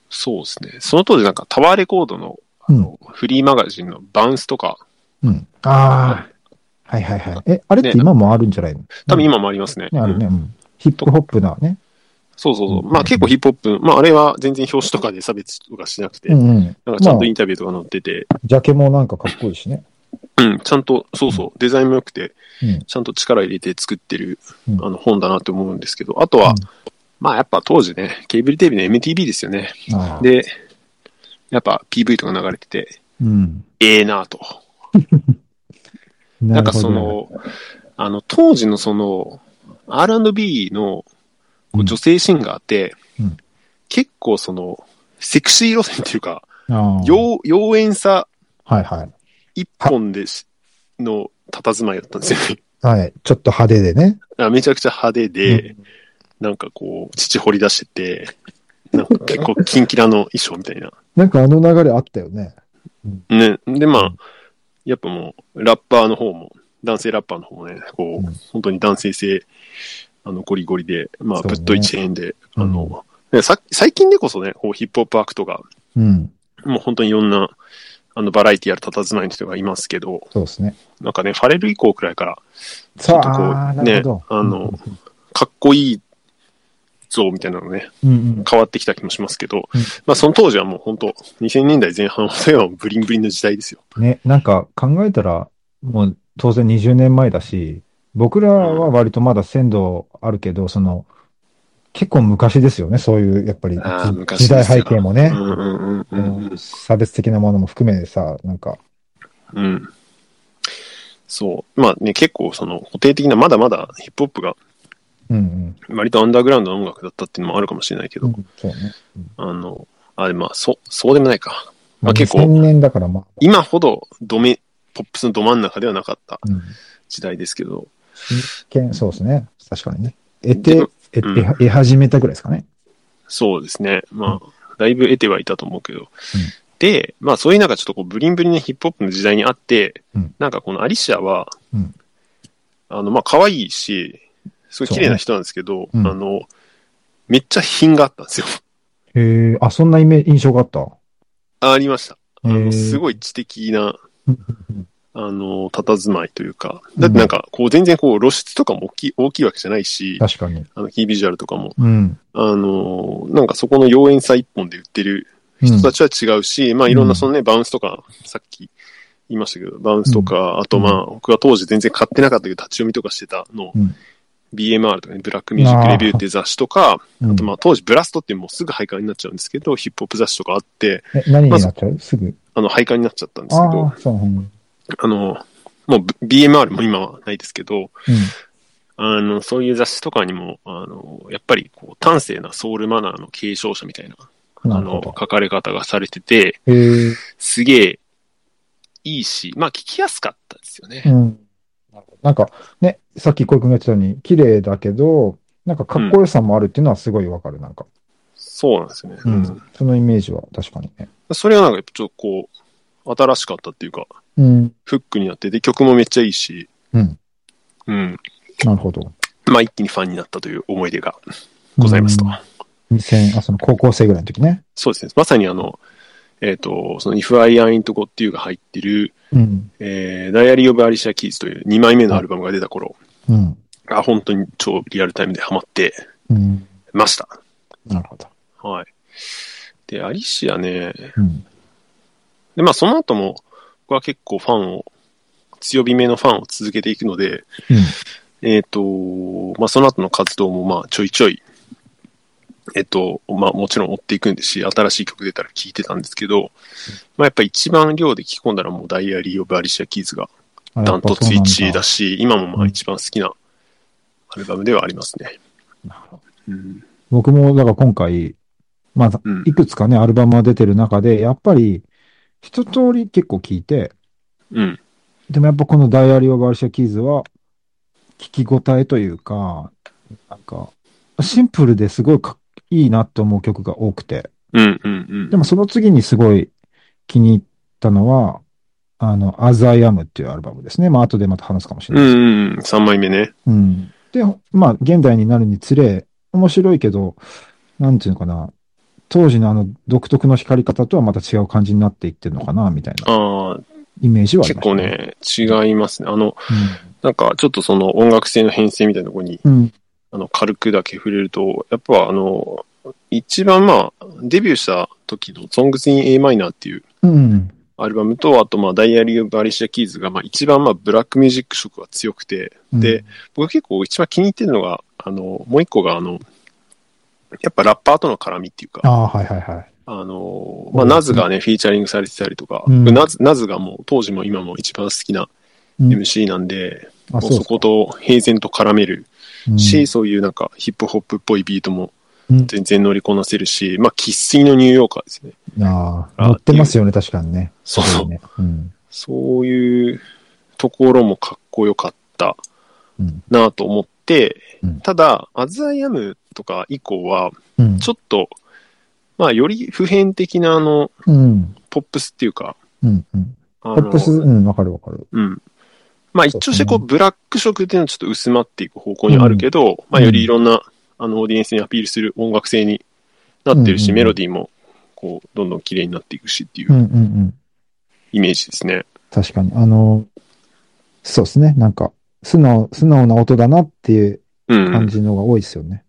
そうですね。その当時なんかタワーレコードのあの、フリーマガジンのバウンスとか、うん。ああ、はいはいはい。え、あれって今もあるんじゃないの多分今もありますね。ね、あるね、うんうん。ヒップホップなね。そうそうそう。うんまあ結構ヒップホップ、まああれは全然表紙とかで差別とかしなくて、うんうん。なんかちゃんとまあインタビューとか載ってて、ジャケもなんかかっこいいしね。うん、ちゃんと、そうそう、デザインも良くて、うん。ちゃんと力入れて作ってる、うんあの本だなって思うんですけど、あとは、うんまあやっぱ当時ね、ケーブルテレビの MTV ですよね。ああ。で、やっぱ PV とか流れてて、うん。ええなと。ななんるかほどそ、の、あの、当時のその、R&B のこううん女性シンガーって、うん結構その、セクシー路線っていうか、ああ妖妖艶さはいはい。一本でし、の佇まいだったんですよね。はい。ちょっと派手でね。あめちゃくちゃ派手で、なんかこう、乳掘り出 してて、なんか結構キンキラの衣装みたいな。なんかあの流れあったよね。ね。で、まうあ、やっぱもう、ラッパーの方も、男性ラッパーの方もね、こう、うん本当に男性性、あの、ゴリゴリで、まあ、そうぶねっといチェーンで、あうんの、ねさ最近でこそね、こうヒップホップアクトが、うん。もう本当にいろんな、あの、バラエティやる佇まいの人がいますけど、そうですね。なんかね、ファレル以降くらいから、ちさょっとこあ、あーう、なるねほど、。あの、かっこいい像みたいなのね、うんうん。変わってきた気もしますけど、うんまあその当時はもう本当、2000年代前半はそれはブリンブリンの時代ですよ。ね、なんか考えたら、もう当然20年前だし、僕らは割とまだ鮮度あるけど、その、結構昔ですよね、そういう、やっぱりあーじ昔時で代すよ背景もねう、んうんうんうんうん差別的なものも含めてさ、なんか、うん。そう。まあね、結構その固定的な、まだまだヒップホップがうん割とアンダーグラウンドの音楽だったっていうのもあるかもしれないけうど、ん。そうね。あの、あ、まあ、そう、そうでもないか。ままああ結構2000年だからまあ、今ほどドメ、ポップスのど真ん中ではなかったうん。時代ですけど、けんそうですね。確かにね。得でても、得うんて、得始めたぐらいですかね。そうですね。まあ、だいぶ得てはいたと思うけど。んで、まあそういうなんかちょっとこうブリンブリンのヒップホップの時代にあって、うんなんかこのアリシアは、うんあの、まあ可愛いし、すごい綺麗な人なんですけど、そうねうんあの、めっちゃ品があったんですよ。 へえ、あ、そんなイメ印象があった。ありました。あへの、えすごい知的な、うんあの、佇まいというか、だってなんかこう全然こう露出とかも大きい、大きいわけじゃないし、確かに。あの、キービジュアルとかも、うん。あの、なんかそこの妖艶さ一本で売ってるうん人たちは違うし、まあいろんうなんそのね、バウンスとか、さっき言いましたけど、バウンスとか、あとまあ、僕は当時全然買ってなかったけど、立ち読みとかしてたのを、うん BMR とかね、ブラックミュージックレビューっていう雑誌とか、うんあとまあ当時ブラストってもうすぐ廃刊になっちゃうんですけど、ヒップホップ雑誌とかあって、え、何になっちゃうすぐ。あの廃刊になっちゃったんですけど、あああ、そう。うんの、もう BMR も今はないですけど、うんあの、そういう雑誌とかにも、あの、やっぱりこう、端正なソウルマナーの継承者みたいな、なあるほの、ど。書かれ方がされてて、へえ。すげえいいし、まあ聞きやすかったですよねう。ん。なんか、ね、さっき小池君が言ってたように、綺麗だけど、なんかかっこよさもあるっていうのはすごいわかる、なんか。そうなんですよね。ううんん。そのイメージは確かにね。それはなんかやっぱちょっとこう、新しかったっていうか、うん。フックになって、で、曲もめっちゃいいし、うん。うん。なるほど。まあ一気にファンになったという思い出がございますと。うん。2000、あ、その高校生ぐらいの時ね。そうですね。まさにあの、えっ、と、その If I Ain't Go っていうが入ってる、うん。えー、ダイアリー・オブ・アリシア・キーズという2枚目のアルバムが出た頃、うん。あ、本当に超リアルタイムでハマってうん。ました。なるほど。はい。で、アリシアね、うん。で、まあその後も、僕は結構ファンを、強火めのファンを続けていくので、えっ、と、まあその後の活動もまあちょいちょい、えっ、と、まあもちろん追っていくんですし、新しい曲出たら聴いてたんですけど、まあやっぱ一番量で聴き込んだらもうダイアリー・オブ・アリシア・キーズがうん。ダントツ1位だし。し、今もまあ一番好きなアルバムではありますね。うん。僕も、だから今回、まあ、うんいくつかね、アルバムが出てる中で、やっぱり、一通り結構聞いて、うん。でもやっぱこのダイアリー・オブ・アルシャ・キーズは、聞き応えというか、なんか、シンプルですごいかっいいなと思う曲が多くて、うん。うん。うんでもその次にすごい気に入ったのは、あの、As I Am っていうアルバムですね。まあ、後でまた話すかもしれうないんですけどうんうん。3枚目ね。うん。で、まあ、現代になるにつれ、面白いけど、なんていうのかな、当時のあの独特の光り方とはまた違う感じになっていってるのかな、みたいなああ、イメージはあ結りました、構。ね、違いますね。あの、なんかちょっとその音楽性の編成みたいなところに、うん。うん。あの、軽くだけ触れると、やっぱあの、一番まあ、デビューした時の Songs in A minor っていううん。アルバムと、あとまあ、ダイアリー・オブ・アリシア・キーズが、まあ、一番まあ、ブラックミュージック色が強くて、うんで、僕結構一番気に入ってるのが、あの、もう一個が、あの、やっぱラッパーとの絡みっていうか、あああ、はいはいはい。の、まあ、ナズがね、フィーチャリングされてたりとか、うんナズナズがもう当時も今も一番好きなうん MC なんで、あ、もそううそこと平然と絡めるうんし、そういうなんかヒップホップっぽいビートもうん全然乗りこなせるし、まあ、生粋のニューヨーカーですね。ああ、あ乗ってますよね、確かにね。そうすそ。ごいうね。うん。そういうところもかっこよかったうん。なと思って、うんただ、アズアイアムとか以降は、うん。ちょっと、まあ、より普遍的な、あの、うん。ポップスっていうか、うん。うん。あポのップス、うん、わかるわかる。うん。まあ、一応して、こう、そうブラック色っていうのはちょっと薄まっていく方向にはあるけど、まあ、よりいろんな、あの、オーディエンスにアピールする音楽性になってるし、うんうんメロディーも、こう、どんどん綺麗になっていくしっていううんうんうん。イメージですね。確かに。あの、そうですね。なんか、素直、素直な音だなっていううん。感じのが多いですよね。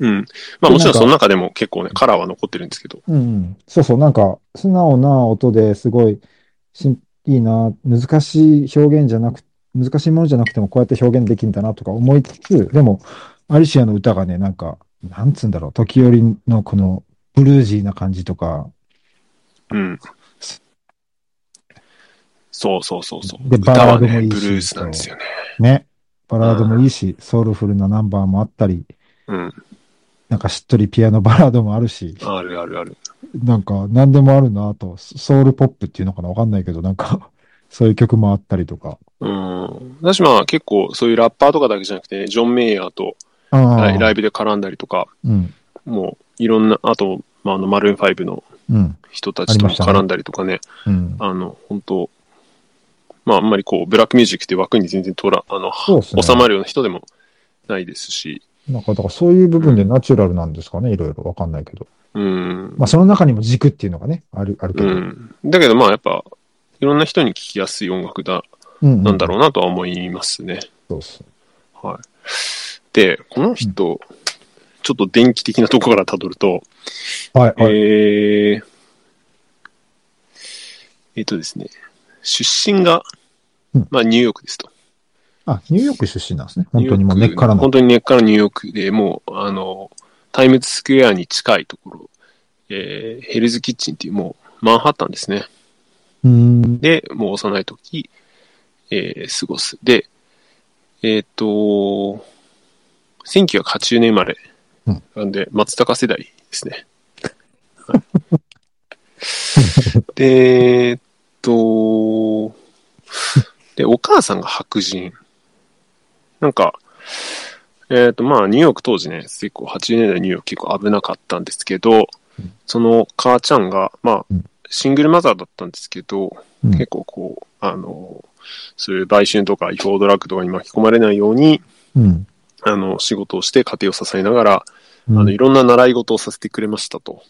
うん。まあもちろんその中でも結構ね、カラーは残ってるんですけど。うん、そうそう。なんか、素直な音ですごいしん、いいな、難しい表現じゃなく、難しいものじゃなくてもこうやって表現できるんだなとか思いつつ、でも、アリシアの歌がね、なんか、なんつうんだろう、時折のこの、ブルージーな感じとか、うん。そうそうそうそう。で歌はバラードもね、いいブしルースなんですよね。ね、バラードもいいし、ソウルフルなナンバーもあったり、うん。なんかしっとりピアノバラードもあるし、あるあるある。なんか、何でもあるなと、ソソウルポップっていうのかなわかんないけど、なんか、そういう曲もあったりとか。うん。私まあ結構そういうラッパーとかだけじゃなくて、ジョン・メイヤーとあライライイブで絡んだりとか、ブ。うん。もういろんな、あと、まああの、マルーン5のうん。人たちとも絡んだりとかね、うん。あの、本当まああんまりこう、ブラックミュージックって枠に全然とら、あの、そうですね収まるような人でもないですし、なんか、だからそういう部分でナチュラルなんですかねいろいろわかんないけど。うん。まあ、その中にも軸っていうのがね、ある、あるけうど。ん。だけどまあやっぱ、いろんな人に聞きやすい音楽だ、うんなんだろう。うなとは思いますね。そうっす。はい。で、この人、ちょっと電気的なとこから辿ると、はい、はい。えー、えっとですね、出身がうん、まあニューヨークですと。あ、ニューヨーク出身なんですね。本当にもう根っからニューヨークの本。当に根っからニューヨークでもう、あの、タイムズスクエアに近いところ、えーヘルズキッチンっていうもう、マンハッタンですね。うーん。で、もう幼い時、えー過ごす。で、えっ、と、1980年生まれ。うんなんで、松高世代ですね。はい、で、えっと、で、お母さんが白人。なんか、えっ、と、まあ、ニューヨーク当時ね、結構80年代ニューヨーク結構危なかったんですけどうん、その母ちゃんが、まうあん、シングルマザーだったんですけど、うん結構こう、あの、そういう売春とか違法ドラッグとかに巻き込まれないように、うん。あの、仕事をして家庭を支えながら、うんあの、いろんな習い事をさせてくれましたと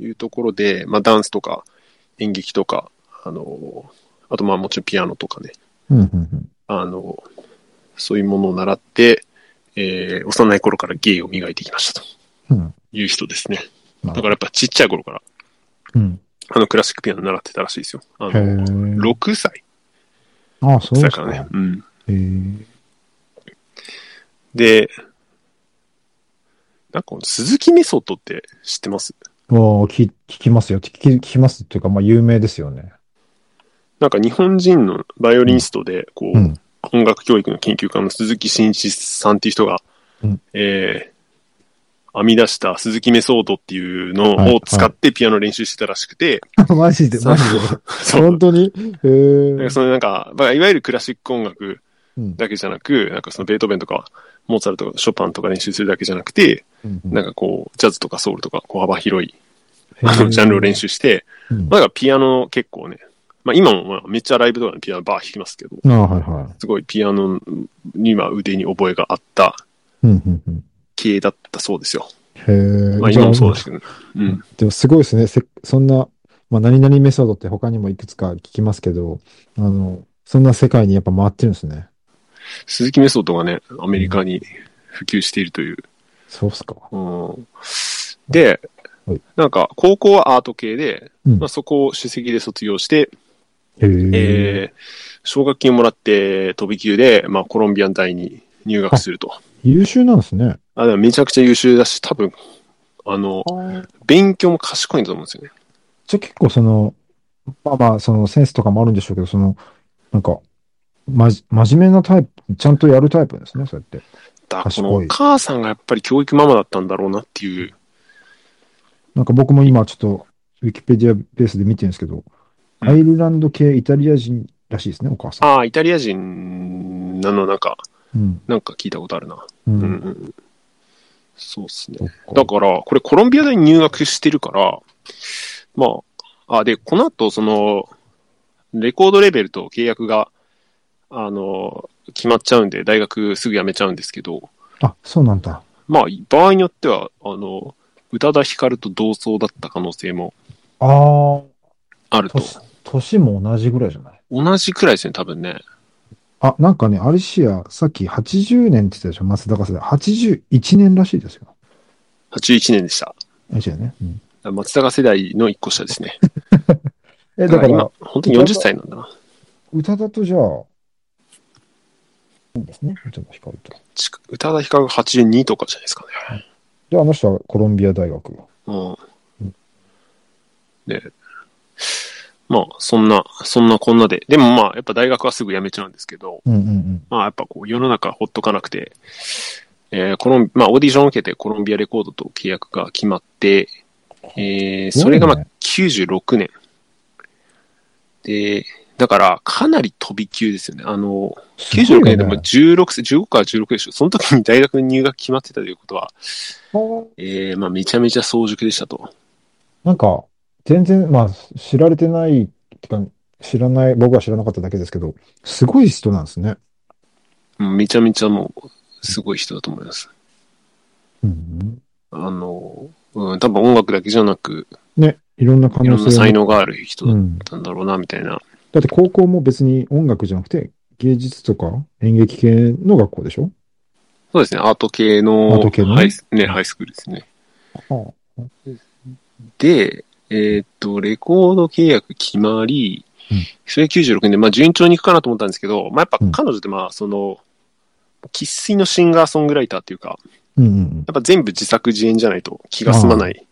いうところで、まあ、ダンスとか演劇とか、あの、あとまあもちろんピアノとかね、うん、うん、うん。あの、そういうものを習って、えー幼い頃から芸を磨いてきましたとうん。いう人ですね。だだからやっぱちっちゃい頃から、うん。あの、クラシックピアノ習ってたらしいですよ。あへの、ー6歳あ、そうだですからね。か。うん。へーで、なんかこの鈴木メソッドって知ってますあー聞聞きますよ。聞き聞きますっていうか、まあ、有名ですよね。なんか日本人のバイオリニストで、こう、うん音楽教育の研究家の鈴木真一さんっていう人が、うんえー編み出した鈴木メソードっていうはいのを使ってピアノ練習してたらしく て、マジで、そうマジで。そう本当にへなんえか。そのなんか、まあいわゆるクラシック音楽うんだけじゃなく、なんかそのベートーベンとか、モーツァルトとかショパンとか練習するだけじゃなくて、うんなんかこう、ジャズとかソウルとか、こう幅広い、へーあの、ジャンルを練習して、うんまあ、だからピアノ結構ね、まあ今もまあめっちゃライブとかでピアノバー弾きますけど、ああ、はいはすごいピアノには腕に覚えがあったい。うんうんうん系だったそうですよ。へえ。まあじゃ今もそうですけどね。うん。でもすごいですね。せそんな、まあ、何々メソッドって他にもいくつか聞きますけど、あの、そんな世界にやっぱ回ってるんですね。鈴木メソッドがね、アメリカに普及しているという。そうっすか。うん、ではい、なんか高校はアート系で、うんまあ、そこを首席で卒業して、へえ。えー奨学金をもらって飛び級で、まあ、コロンビアン大に入学すると。優秀なんですね。あでもめちゃくちゃ優秀だし、多分、あの、勉強も賢いんだと思うんですよね。じゃあ結構その、まあまあ、そのセンスとかもあるんでしょうけど、その、なんか、まじ、真面目なタイプ、ちゃんとやるタイプですね、そうやって。だからこ賢のおい母さんがやっぱり教育ママだったんだろうなっていう。なんか僕も今ちょっと、ウィキペディアベースで見てるんですけうど、んアイルランド系イタリア人らしいですね、お母さああ、イタリア人なのなんか、ん。うん。なんか聞いたことあるな。うう。んうんん。そうっすね。そっかだから、これコロンビア大に入学してるから、まあ、あ、で、この後、その、レコードレベルと契約が、あの、決まっちゃうんで、大学すぐ辞めちゃうんですけど、あ、そうなんだ。まあ、場合によっては、あの、宇多田ヒカルと同窓だった可能性もああ、あると。年、年も同じぐらいじゃない同じくらいですね、多分ね。あ、なんかね、アリシア、さっき80年って言ってたでしょ、松坂世代。81年らしいですよ。 81年でした。アリシアね。うん松坂世代の一個下ですね。え、だだかからら今、、本当に40歳なんだな。宇多田とじゃあ、いいですね、宇多田ヒカルと。ちく宇多田ヒカルが82とかじゃないですかね。で、あの人はコロンビア大学。うんうん。で、まあ、そんな、そんなこんなで。でもまあ、やっぱ大学はすぐ辞めちゃうんですけど、うんうんうん。まあ、やっぱこう、世の中ほっとかなくて、えーコロン、まあ、オーディションを受けてコロンビアレコードと契約が決まって、えーそれがますごいあ、96年。で、だから、かなり飛び級ですよね。あの、96年でも16歳、15から16でしょ。その時に大学に入学決まってたということは、も。えーまあ、めちゃめちゃ早熟でしたと。なんか、全然、まあ、知られてない、ってか、知らない、僕は知らなかっただけですけど、すごい人なんですね。うんめちゃめちゃもう、すごい人だと思います。うんあの、うん、多分音楽だけじゃなく、うん。ね、いろんな可いろ能んな性を才能がある人だうっん。たんだろうな、みたいな。だって高校も別に音楽じゃなくて、芸術とか演劇系の学校でしょそうですね、アート系アーの、ト系のねハイスね、ハイスクールですね。はで、えーっと、レコード契約決まりうん、それ96年で、まあ順調にいくかなと思ったんですけど、まあやっぱうん彼女ってまあ、その、生粋のシンガーソングライターっていうか、うんうんうん。やっぱ全部自作自演じゃないと気が済まない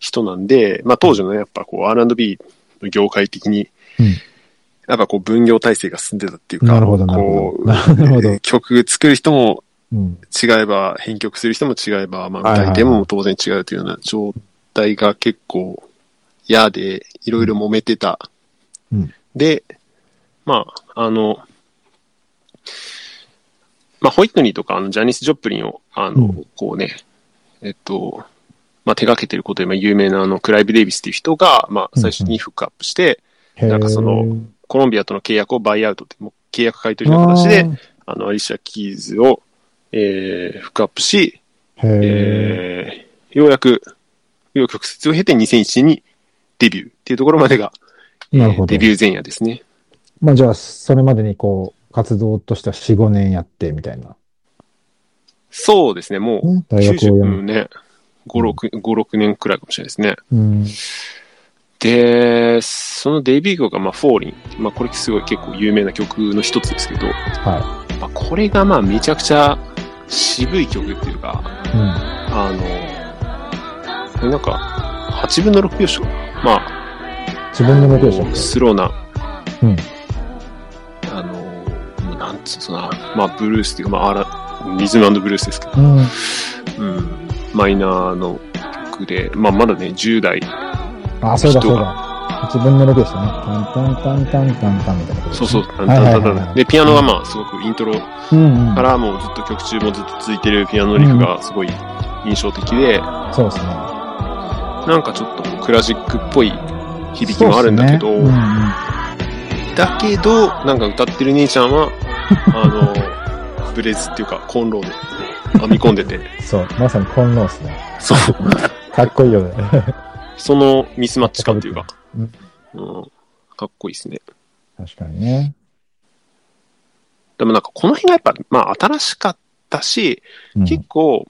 人なんで、まあ当時のね、やっぱこう R&B の業界的にうん、やっぱこう分業体制が進んでたっていうか、なるほど、なるこほうど。なるほどえー。曲作る人もうん。違えば、編曲する人も違えば、まあはいはい歌い手も当然違うというような状態が結構嫌で、いろいろ揉めてた。うんで、まあ、あの、まあ、ホイットニーとか、あの、ジャニス・ジョプリンを、あの、うんこうね、えっと、まあ、手掛けてることで、まあ、有名なあの、クライブ・デイビスっていう人が、まあ、最初にフックアップして、へーなんかその、コロンビアとの契約をバイアウトって、もう契約買い取りの形で、あの、アリシア・キーズを、えー、フックアップし、あーへえ。えーようやく、よう曲折を経て2001年にデビューっていうところまでが、なるほど。デビュー前夜ですね。まあじゃあ、それまでにこう、活動としては4、5年やって、みたいな。そうですね、もね、う大90学を辞め分ね、5、6、5 6年くらいかもしれないですね。うん。で、そのデビュー曲が、まあ、フォーリン。まあ、これすごい結構有名な曲の一つですけど、はまあ、これがまあ、めちゃくちゃ渋い曲っていうか、い。うん。あの、これなんか、8分の6拍子かなまあ、自分の目標でしたっスローな、けうん。あの、もうなんつですそのまあブルースっていうか、まあ、あらリズムブルースですけど、うん。うん、マイナーの曲で、まあ、まだね10代あ、そうだそうだ。1分の6でしたね。タンタンタンタンタンタンみたいなことですそうねそうだんはいはいだはんいだんだんでピアノがまあすごくイントロうんうん。からもうずっと曲中もずっと続いてるピアノリフがすごい印象的で、そうですね。なんかちょっとクラシックっぽい響きもあるんだけど、そうっすねだけど、なんか歌ってる兄ちゃんは、あの、ブレスっていうか、コンロで編み込んでて、うんうんそう、まさにコンローですね。そう、 かっこいいよね。そのミスマッチ感というか、うんうんかっこいいですね。確かにね。でもなんかこの辺がやっぱ、まあ新しかったし、うん結構、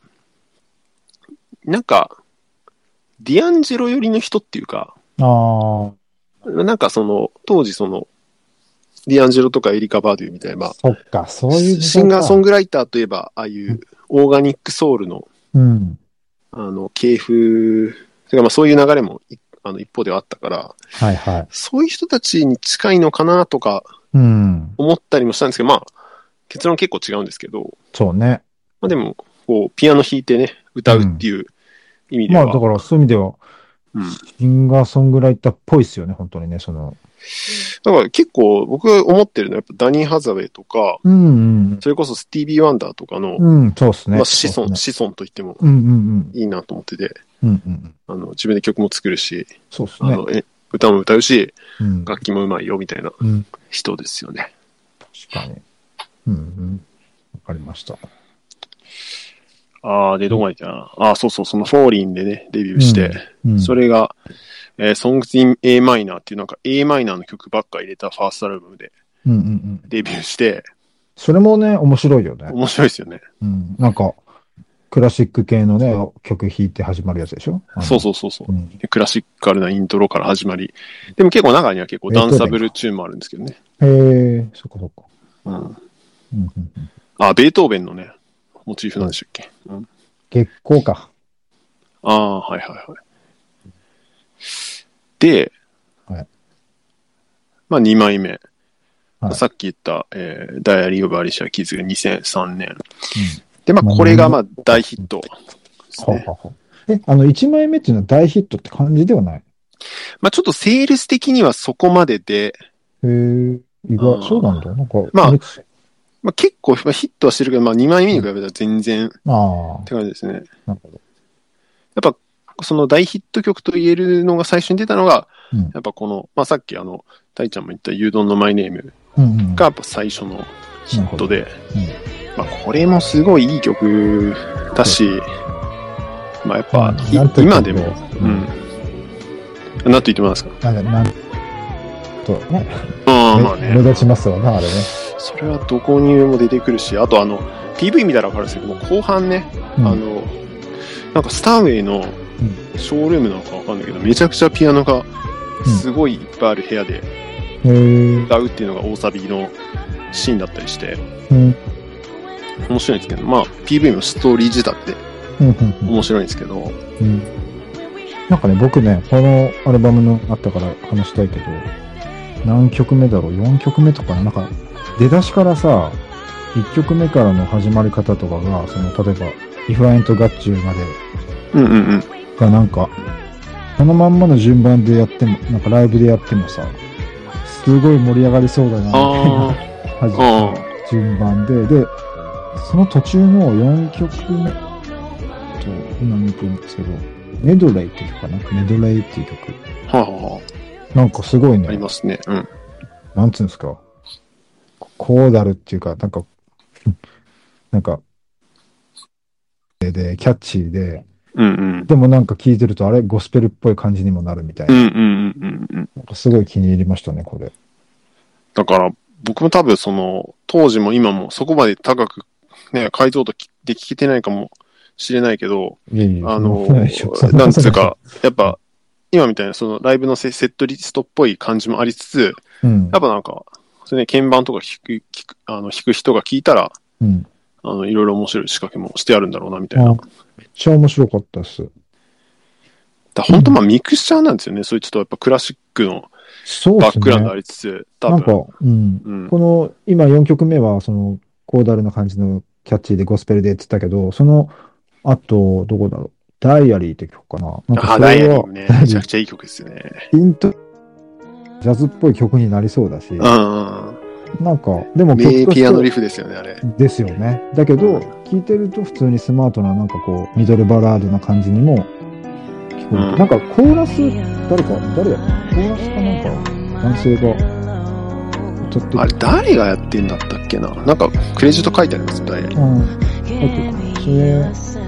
なんか、ディアンジェロ寄りの人っていうか、あなんかその、当時その、ディアンジェロとかエリカ・バーデューみたいな、まああ、、そっか、そういう時代かシンガーソングライターといえば、ああいうオーガニックソウルの、うん。あの、系風、てかまあそういう流れもい、あの、一方ではあったから、はいはい。そういう人たちに近いのかなとかうん。思ったりもしたんですけど、まあ、結論結構違うんですけど、そうね。まあでも、こう、ピアノ弾いてね、歌うっていう意味でまは、あだからそういう意味でうは、んシンガーソングライターっぽいっすよね、本当にね、その。だから結構僕が思ってるのは、やっぱダニー・ハザウェイとか、うんうんそれこそスティービー・ワンダーとかの、うん。うん、そうっすね。まあ子孫、そうっすね子孫と言ってもうんうんいいなと思ってて、うん。うんうんうん。あの、自分で曲も作るし、そうっすあね。の、え歌も歌うし、うん。楽器もうまいよみたいなうん。人ですよね。確かに。うんうん。わかりました。ああ、で、どこまで行ったかなああ、そうそう、そのフォーリンでね、デビューして、うん、それが、えー、Songs in A マイナーっていうなんか A マイナーの曲ばっか入れたファーストアルバムでうんうんうん。デビューして、それもね、面白いよね。面白いですよね。うん。なんか、クラシック系のね、曲弾いて始まるやつでしょそうそうそうそうう。ん。クラシックルなイントロから始まり、でも結構中には結構ダンサブルチューンもあるんですけどね。へえ、そっかそっか。うん、うんうんうん。あ、ベートーベンのね、モチーフなんでしたっけ、うん、月光か。ああ、はいはいはい。で、はいまあ2枚目。はいさっき言った、えーダイアリー・オブ・アリシア・キーズが2003年。で、まあこれがまあ大ヒットですほうね。ほうほう。え、あの、1枚目っていうのは大ヒットって感じではないまあちょっとセールス的にはそこまでで、へえ、意うん外、そうなんだ。なんか、まあ別、まあ結構まあヒットはしてるけど、まあ2枚目に比べたら全然っああ、て感じですね。なるほど。やっぱ、その大ヒット曲と言えるのが最初に出たのが、うんやっぱこの、まあ、さっきあの、たいちゃんも言った牛丼のマイネームうんうん。がやっぱ最初のヒットで、うんまあ、これもすごいいい曲だし、まあ、やっぱ、いなんと言今ってでもも、うん。なんと言ってもなんですかなんか、なんとね、ああ、まあ目ね。立ちますわな、あれね。それはどこにも出てくるし、あとあの、PV 見たらわかるんですけども、後半ね、うんあの、なんかスターウェイのショールームなのかわかんないけど、めちゃくちゃピアノがすごいいっぱいある部屋でへえ、歌うっていうのが大サビのシーンだったりして、うん、面白いんですけど、まあ PV もストーリー仕立てでうん、うんうん面白いんですけど、うん。なんかね、僕ね、このアルバムのあったから話したいけど、何曲目だろう ?4 曲目とかななんか、出だしからさ、1曲目からの始まり方とかが、その、例えば、If I Ain't Got You までうんうんうん。がなんか、このまんまの順番でやっても、なんかライブでやってもさ、すごい盛り上がりそうだな、みたいなあ始あ、順番で、で、その途中の4曲目と、今見てるんですけど、メドレーっていう曲かなメドレーっていう曲。あ、はあはなんかすごいあ、ありね、ますね。うん。なんつうんですか、こうなるっていうか、なんか、 なんか、で、でキャッチーで、うんうん。でもなんか聴いてると、あれ、ゴスペルっぽい感じにもなるみたいうんな。うんうんうんうん。なんかすごい気に入りましたね、これ。だから、僕も多分その、当時も今もそこまで高く、ね、解像度で聞けてないかもしれないけど、いえいえあの、 そんなことないでしょ なんつうか、やっぱ、今みたいなそのライブのセセットリストっぽい感じもありつつ、うんやっぱなんか、それね、鍵盤とか弾く、弾く、あの、弾く人が聞いたら、うん。あの、いろいろ面白い仕掛けもしてあるんだろうな、みたいな。あめっちゃ面白かったっす。だ本当まあミクスチャーなんですよね。そういうちょっとやっぱクラシックのそうでバすックグラウンドあね。りつつ、多なんか分、、うん。うん、この、今4曲目は、その、コーダルな感じのキャッチーでゴスペルでって言ったけど、その、あと、どこだろう。ダイアリーって曲かな。なんかあ、そダイヤれリはーも、ね、めちゃくちゃいい曲ですよね。イント、ジャズっぽい曲になりそうだし、うんうんうん。なんか、でも名曲としてピアノリフですよね、あれ。ですよね。だけうどん、聴いてると普通にスマートな、なんかこう、ミドルバラードな感じにも聞こえうんて、なんかコーラス、誰か、誰だっけコーラスかなんか、男性が歌ってあれ、誰がやってんだったっけななんか、クレジット書いてありますよ、ダイヤリー。うん。だって、それ、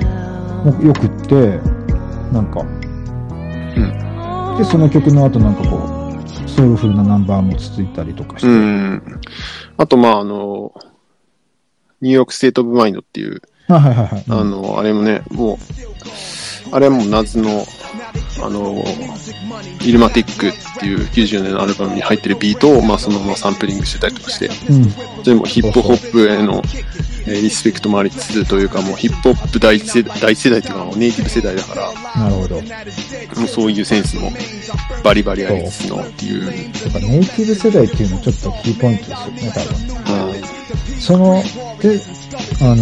なんかよくって、なんか、で、その曲の後なんかこう、ソウルフルなナンバーも続いたりとかして、うん。あと、まあ、あの、ニューヨーク・ステート・オブ・マインドっていう、あ、はいはいはい。あの、あれもね、もう、あれはもう夏の、あの、イルマティックっていう90年のアルバムに入ってるビートを、まあ、そのままサンプリングしてたりとかして、うん。それもヒップホップへのえーリスペクトもありつつというか、もうヒップホップ第一世第一世代というか、もうネイティブ世代だから、なるほど。もうそういうセンスもバリバリありつつのっていう、だからネイティブ世代っていうのはちょっとキーポイントですよね、多分。その、で、あ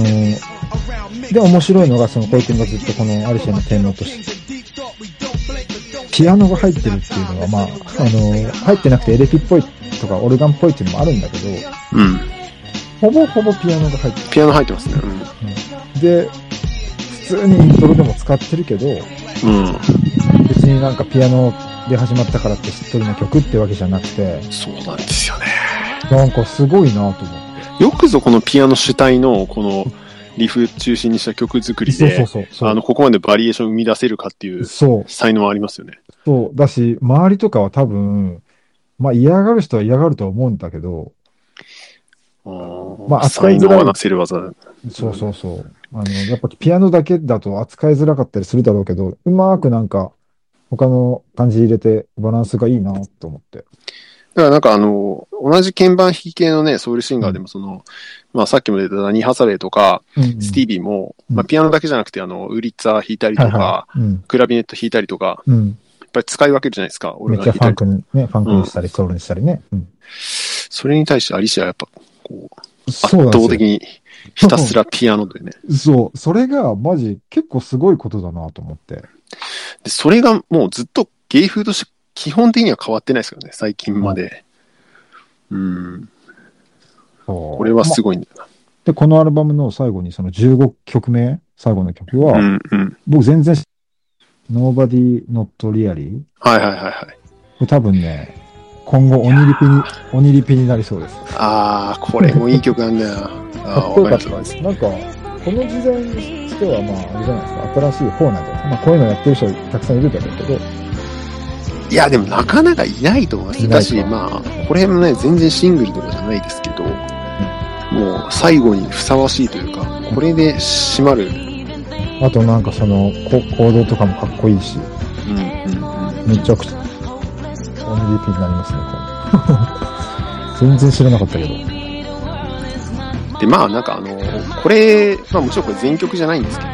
の、で、面白いのが、その、小池がずっとこのアルシェのテーマとして、ピアノが入ってるっていうのは、まあ、あの、入ってなくてエレキっぽいとかオルガンっぽいっていうのもあるんだけど、うん、ほぼほぼピアノが入ってピアノ入ってますね。うんる。で、普通にイントロでも使ってるけど、うん、別になんかピアノで始まったからってしっとりな曲ってわけじゃなくて、そうなんですよね。なんかすごいなと思って。よくぞこのピアノ主体のこのリフ中心にした曲作りそうそうで、そうそう。あの、ここまでバリエーションを生み出せるかっていうそう、才能はありますよね。そう。だし、周りとかは多分、まあ嫌がる人は嫌がるとは思うんだけど、まあ扱い才づらい能はなせる技だ。そうそうそう。あの、やっぱピアノだけだと扱いづらかったりするだろうけど、うまくなんか、他の感じ入れてバランスがいいなと思って。だからなんかあの、同じ鍵盤弾き系のね、ソウルシンガーでもその、まあさっきも出たダニー・ハサレイとか、うんスティービーも、うんまあピアノだけじゃなくてあの、ウリッツァ弾いたりとはか、いはい。うん。クラビネット弾いたりとか、うん。やっぱり使い分けるじゃないですか、俺めっがちゃ弾いファたンり。クにね、ファンクにしたり、ソウルにしたりね。うん。それに対してアリシアはやっぱ、こう、圧そうなん倒的ですよ。にひたすらピアノでね。そう。それがマジ結構すごいことだなと思って。で、それがもうずっと芸風として基本的には変わってないですからね、最近まで。うん。そうこれはますごいんだよで、このアルバムの最後にその15曲目、最後の曲な。は、うんうん。僕全然知、Nobody Not Really? はいはいはいはい。これ多分ね、今後鬼リピに、鬼リピになりそうです。あー、これもいい曲なんだよな。あー、わかりました。 なんか、この時代にしてはまあ、あれじゃないですか、新しい方なんじゃないですか。まあ、こういうのやってる人たくさんいるだろうけど、いや、でもなかなかいないと思いますいよ。なだいかし、まあ、これもね、全然シングルとかじゃないですけど、もう最後にふさわしいというか、これで締まる。あとなんかその、こ行動とかもかっこいいし、うんうんうん。めちゃくちゃ、鬼リピになりますね、これ 全然知らなかったけど。で、まあ、なんかあの、これ、まあもちろんこれ全曲じゃないんですけど、う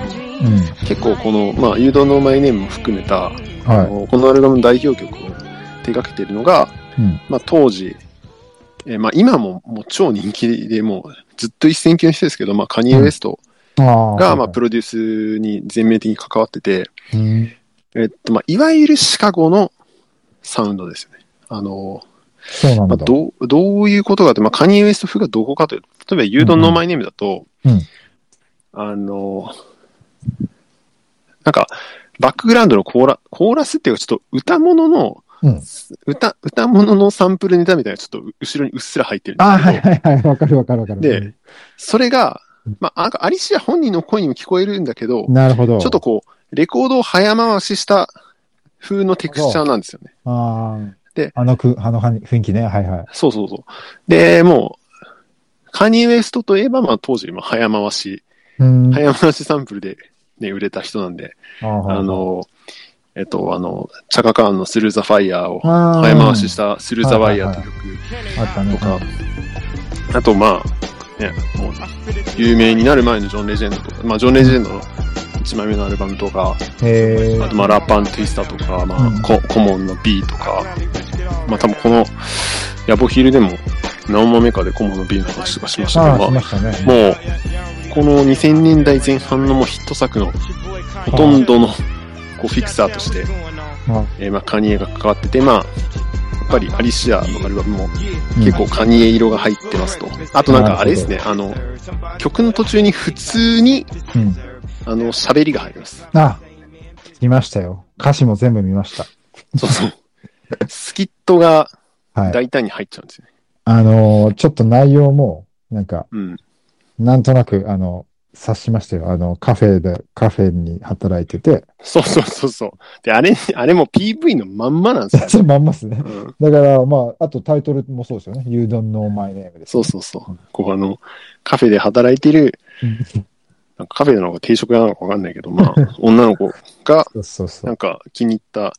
結構この、まあ、誘導のマイネームも含めた、ん。あはのこのアルバムの代表曲を手掛けてるのが、い。うん。まあ、当時、えーまあ、今ももう超人気で、もうずっと一線級の人ですけど、まあ、カニエ・ウエストあーが、まあ、プロデュースに全面的に関わってて、うんえっと、まあ、いわゆるシカゴのサウンドですよね。あの、そうなんまだ。あ、どう、どういうことかって、まあ、カニエ・ウエスト風がどこかというと、例えば、ユードン・ノーマイ・ネームだと、うんあの、なんか、バックグラウンドのコーラ、コーラスっていうか、ちょっと歌物の、うん歌、歌物のサンプルネタみたいな、ちょっと後ろにうっすら入ってるんですけあど、ーはいはいはい。わかるわかるわかる。で、それがうん、まあ、なんかアリシア本人の声にも聞こえるんだけど、なるほど。ちょっとこう、レコードを早回しした風のテクスチャーなんですよね。ああ。であのく、あのはに雰囲気ね。はいはい。そうそうそう。で、もう、カニエ・ウエストといえば、まあ当時、まあ早回し、うん。早回しサンプルで、ね、売れた人なんで、ああ、の、えっと、あの、チャカカーンのスルーザ・ファイヤーをあー早回しし。たスルーザ・ファイヤーというあったね。曲とか、あとまあ、ね、もう有名になる前のジョン・レジェンドとか、まあジョン・レジェンドの1枚目のアルバムとか、へあとまあラパンティスタとか、まうんあココモンの B とか、まあ多分このヤボヒルでも何話目かでコモンの B の話とかしましたあけあ、しど、ままあしたね。もうこの2000年代前半のもうヒット作のほとんどのこうフィクサーとして、あえーまあカニエが関わってて、まあやっぱりアリシアのアルバムもうん結構カニエ色が入ってますと。あとなんかあれですね、あの、曲の途中に普通にうん。あの喋りが入ります。あ、見ましたよ。歌詞も全部見ましそう そう。スキットがた。はい。大胆に入っちゃうんですよね。あのーちょっと内容も、なんか、うん。なんとなく、あの、察しましたよ。あの、カフェで、カフェに働いてて、そうそうそうそう。で、あれ、あれも PV のまんまなんですよ。それまんますね。うん、だから、まあ、あとタイトルもそうですよね。You don't know my name です。そうそうそう。ここあの、カフェで働いてる、うんなんかカフェなのか定食屋なのかわかんないけど、 まあ、女の子が、そうそうそなう。んか気に入った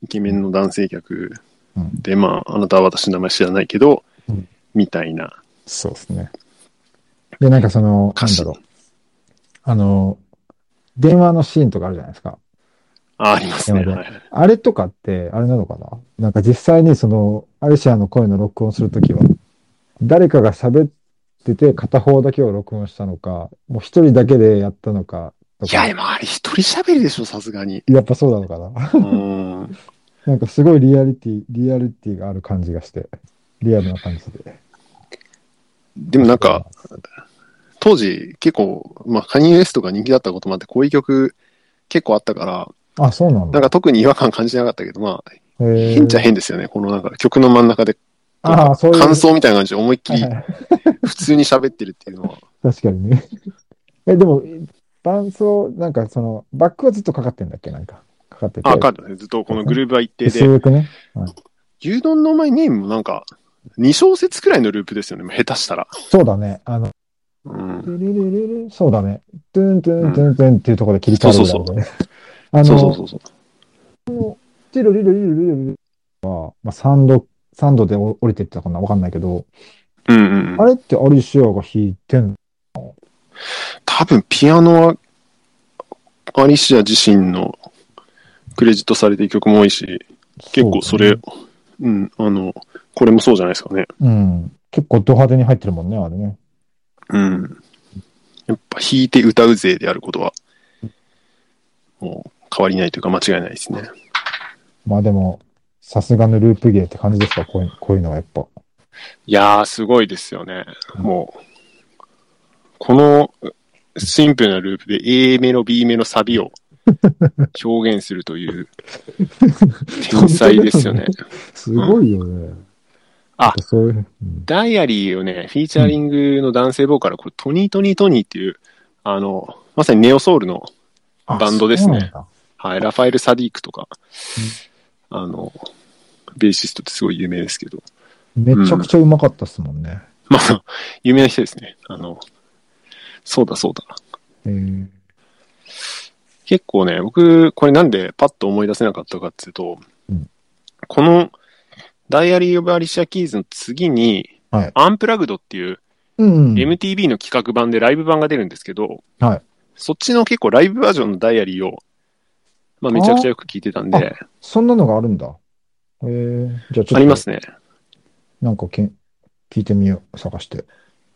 イケメンの男性客うんで、まあ、あなたは私の名前知らないけどうん、みたいなそうですね。で、なんかその、な歌ん詞だろう。あの、電話のシーンとかあるじゃないですか。あ、ありますね。やばいはいはいあれとかって、あれなのかななんか実際にその、アリシアの声の録音するときは、誰かが喋ってて片方だけを録音したのか、もう一人だけでやったのかといや、か、でもあれ一人喋りでしょ、さすが に。やっぱそうなのかな うん。なんかすごいリアリティ、リアリティがある感じがして、リアルな感じで。でもなんか、当時結構、まあ、カニエ・ウエストが人気だったこともあってこういう曲結構あったからあ、そうなんなだ。んか特に違和感感じなかったけどまあへー変っちゃ変ですよねこのなんか曲の真ん中でああ、そういう。感想みたいな感じで思いっきはいりはい普通に喋ってるっていうのは確かにね。え、でも、伴奏、なんかその、バックはずっとかかってんだっけなんか。かかってて。あかんないずっとこのグループは一定で数億ね。 「牛丼のマイネーム」もなんか2小節くらいのループですよねもう下手したら、そうだね。あの、うん、ルルルルルそうだね。トゥントゥントゥントゥンっていうところで切り替わるんだろうね。あそうそのう、そうそうチルリルリルリルリは、まあ、3度、三度で降りてったかなわかんないけど、うんうんうあんれってアリシアが弾いてんの多分ピアノはアリシア自身のクレジットされてる曲も多いし結構そうれだねうん、あの、これもそうじゃないですかね。うん。結構ド派手に入ってるもんね、あれね。うん。やっぱ弾いて歌う勢であることは、もう変わりないというか間違いないですね。まあでも、さすがのループ芸って感じですかこういうこういうのはやっぱ。いやー、すごいですよね。もう、このシンプルなループで A メロ、B メロ、サビを表現すると いう、天才ですよね。すごいよね。あそういう、うんダイアリーをね、フィーチャリングの男性ボーカル、これトニートニートニーっていう、あの、まさにネオソウルのあバンドですねそうなんだはい、ラファエル・サディークとか、あの、ベーシストってすごい有名ですけど、 めちゃくちゃうまかったっすもんね。まあ、有名な人ですね。あの、そうだそうだ。えー結構ね、僕、これなんでパッと思い出せなかったかっていうと、うんこの、ダイアリー・オブ・アリシア・キーズの次に、はいアンプラグドっていううん。 MTV の企画版でライブ版が出るんですけど、はいそっちの結構ライブバージョンのダイアリーを、まあめちゃくちゃよく聞いてたんで、あそんなのがあるんだ。えー、じゃあちょっと。りますね。なんかけん聞いてみよう、探して。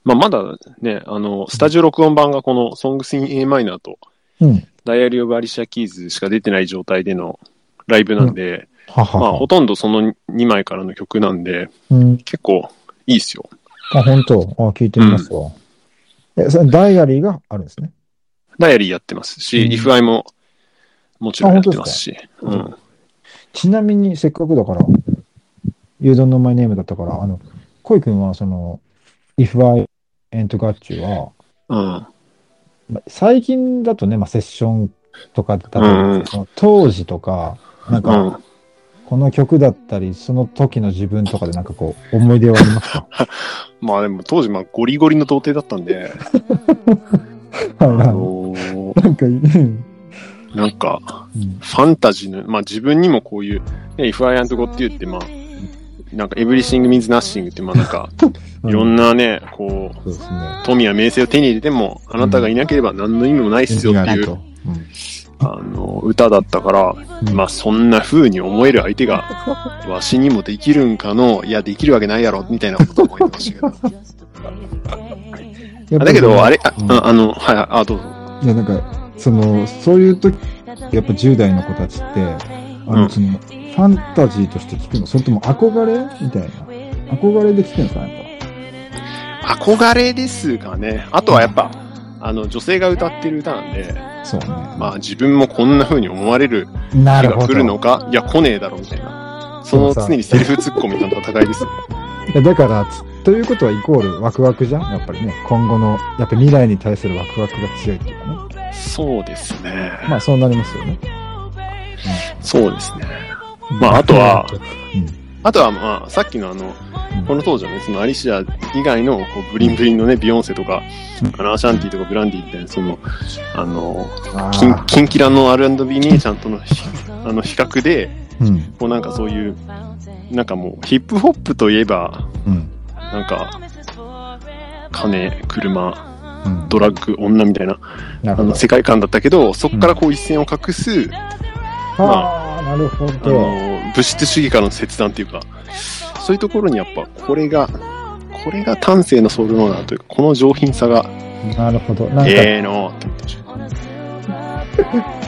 まあ、まだね、あの、スタジオ録音版がこの Songs in A マイナーとうん。ダイアリー・オブ・アリシア・キーズしか出てない状態でのライブなんで、ははまあ、は。ほとんどその2枚からの曲なんで、うん、結構いいっすよ。あ、本当。あ、聞いてみますわ。え、それダイアリーがあるんですね。ダイアリーやってますし、うん If I ももちろんやってますし、う本当ん。ちなみに、せっかくだから、You don't know my name だったから、あの、コイ君は、その、If I ain't got you は、うん。まあ最近だとね、まあ、セッションとかだったりうんうんその当時とか、なんうか、ん。この曲だったり、その時の自分とかでなんかこう、思い出はありますかまあでも当時、まあゴリゴリの童貞だったんで、はいあはの ーい。なんか、うんなんか、うんファンタジーの、まあ自分にもこういう、ね、If I ain't got you って、まあ、なんか Everything means nothing って、まあなんか、いろんなね、こう、そうですね。富や名声を手に入れても、あなたがいなければ何の意味もないっすよっていう、と。あの、歌だったから、うんまあそんな風に思える相手が、わしにもできるんかの、いや、できるわけないやろ、みたいなこと思いましたけど。 やっぱりあだけど、あれ、あ,、うんああの、はい、あ、どうぞ。いや、なんか、その、そういう時、やっぱ10代の子たちって、あうの、んその、ファンタジーとして聞くのそれとも憧れみたいな。憧れで聞くんですかやっ憧れですかね。あとはやっぱ、あの、女性が歌ってる歌なんで、ぱ。そうね。まあ自分もこんな風に思われるな日るほが来ど。るのか、いや、来ねえだろ、みたいな。その常にセルフツッコミとの戦いです。いやだから、つということはイコールワクワクじゃんやっぱりね。今後の、やっぱ未来に対するワクワクが強いっていうかね。そうですね。まあ、そうなりますよね。そうですね。うんまああとは、うん。あとはまあ、さっきのあの、うんこの当時のね、そのアリシア以外のこうブリンブリンのね、ビヨンセとかうん、あのアシャンティとかブランディみたいな、その、あの、あキンーキンキラの R&B にちゃんとのひ、あの、比較で、うん。こうなんかそういう、なんかもう、ヒップホップといえば、うん。なんか、金、車、うん。ドラッグ、女みたいな、なるあほどの、。世界観だったけど、そこからこう一線を画す、ああ、なるほあのど。物質主義からの切断っていうかそういうところにやっぱこれがこれが端正のソウルノーナーというかこの上品さがなるほど。なんか、ええのー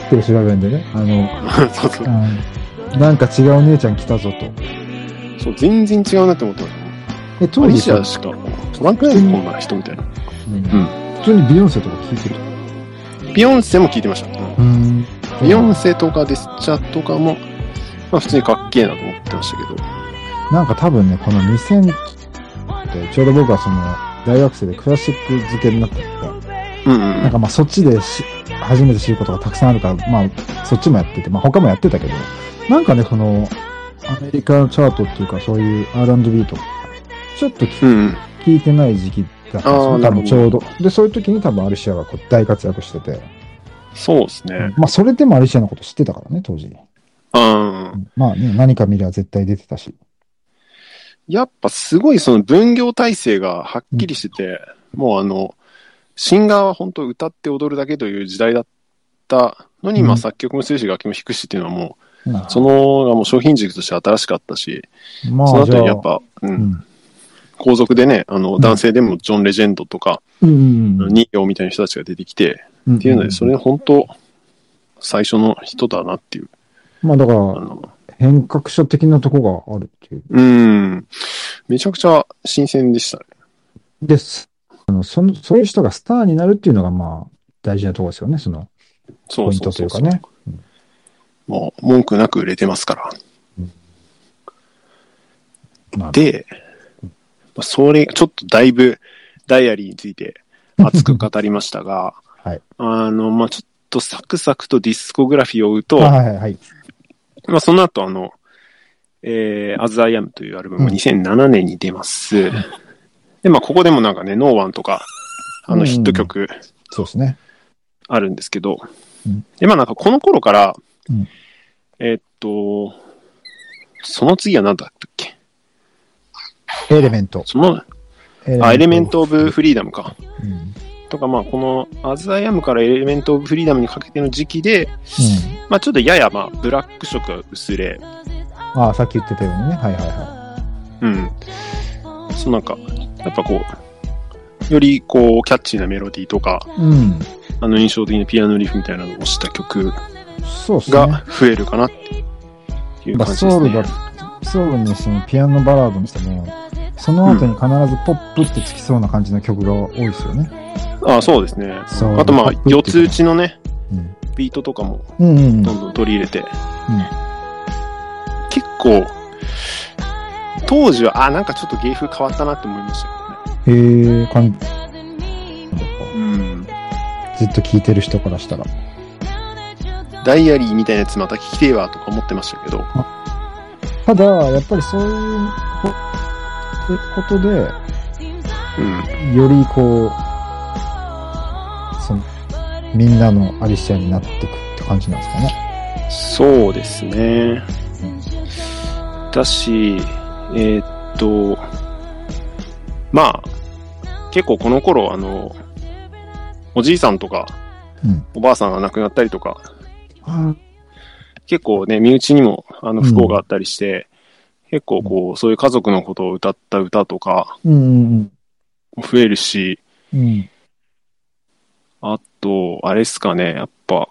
広島弁でね。あの、ってそうそううんなんか違う姉ちゃん来たぞと。そう全然違うなって思ってましえ、た当アリ時シさア、しかトランクしてるこんな人みたいなうんん普通にビヨンセとか聞いてる。ビヨンセも聞いてました、うんん。ビヨンセとかデスチャとかも、まあ、普通にかっけえなと思ってましたけどなんか多分ね、この2000って、ちょうど僕はその、大学生でクラシック漬けになってて、うんうなんんかまあそっちでし初めて知ることがたくさんあるから、まあそっちもやってて、まあ他もやってたけど、なんかね、この、アメリカのチャートっていうかそういう R&B とか、ちょっと聞うんうん聞いてない時期だったんですあよ、ー多分ちなょうるほどど。で、そういう時に多分アルシアがこう大活躍してて、そうですねまあそれでもアルシアのこと知ってたからね、当時。うんまあね、何か見りゃ絶対出てたし。やっぱすごいその分業体制がはっきりしてて、もうあの、シンガーは本当歌って踊るだけという時代だったのに、うんまあ作曲もするし、楽器も弾くしっていうのはもまあう、そのがもう商品軸として新しかったし、まそのあ後じゃあにやっ、ぱ、う、うんん。皇族でね、あの、ん男性でもジョン・レジェンドとか、うんうんうん。ニーヨーみたいな人たちが出てきて、っっていうので、それ本当、最初の人だなっていう、まあだかあら、の、変革者的なとこがあるっていう。うん、めちゃくちゃ新鮮でしたね。です。あの、その、そういう人がスターになるっていうのが、まあ、大事なところですよね、その、そポうイそントうとそいううそかう。ね。もう文句なく売れてますから。まあ、で、まあそれ、ちょっとだいぶダイアリーについて熱く語りましたが、 はいあの、まあ、ちょっとサクサクとディスコグラフィーを追うと、あはいはいはい。まあ、その後あの、えー、As I Am というアルバムがうん2007年に出ます。 で、まあ、ここでもなんかね、No One とか、あうのんヒット曲そうですね。あるんですけど、うんで、まあ、なんかこの頃から、うんえーっと、その次は何だったっけエレメント。その、エレあ、エレメント・オブ・フリーダムか。うん。うん。とか、まあ、この、アズアイアムからエレメント・オブ・フリーダムにかけての時期で、まあ、ちょっとやや、まあ、ブラック色が薄れ、ああ、さっき言ってたようにね。はいはいはうん。そう、なんか、やっぱこう、より、こう、キャッチーなメロディーとか、い。うん。あの、印象的なピアノリフみたいなのをした曲そうですね。が増えるかなっていうまあ感じでソすウルねが。、ソウルのそのピアノバラードにしても、その後に必ずポップってつきそうな感じの曲が多いですよね。ああ、そうですね。そうあと、まあ、四つ打ちのね、うん。ビートとかも、うんうんうどん。んどん取り入れて、結構、当時は、あ、なんかちょっと芸風変わったなって思いましたけどね。へえ、かん、うん、ずっと聴いてる人からしたら。ダイアリーみたいなやつまた聞きてえわとか思ってましたけど、ただ、やっぱりそういうこってことで、うん、よりこう、その、みんなのアリシアになってくって感じなんですかね。そうですね。だし、えーっと、まあ、結構この頃、あの、おじいさんとか、うんおばあさんが亡くなったりとか、あ結構ね、身内にもあのうん不幸があったりして、結構こう、そういう家族のことを歌った歌とかうんうん増えるし、うん。うん。あと、あれっすかね、やっぱ、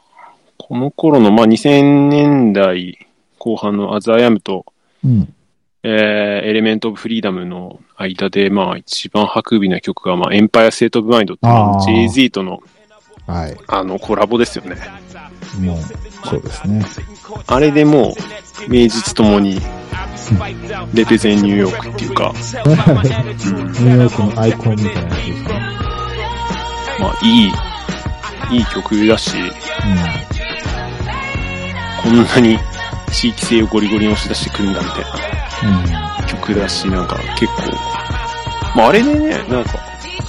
この頃の、まあ、2000年代後半のアザーヤムと、うん。えー、エレメント・オブ・フリーダムの間で、まあ、一番白尾な曲が、まあ、エンパイア・ステート・オブ・マインドっていうあー JZ との、はい。あの、コラボですよね。もう、そうですね。あれでもう、名実ともに、レペゼン・ニューヨークっていうか、ニューヨークのアイコンみたいなやつですね。まあ、いい、いい曲だし、こんなに地域性をゴリゴリに押し出してくるんだみたいな。う曲だし、なんか結構、まああれでね、なんか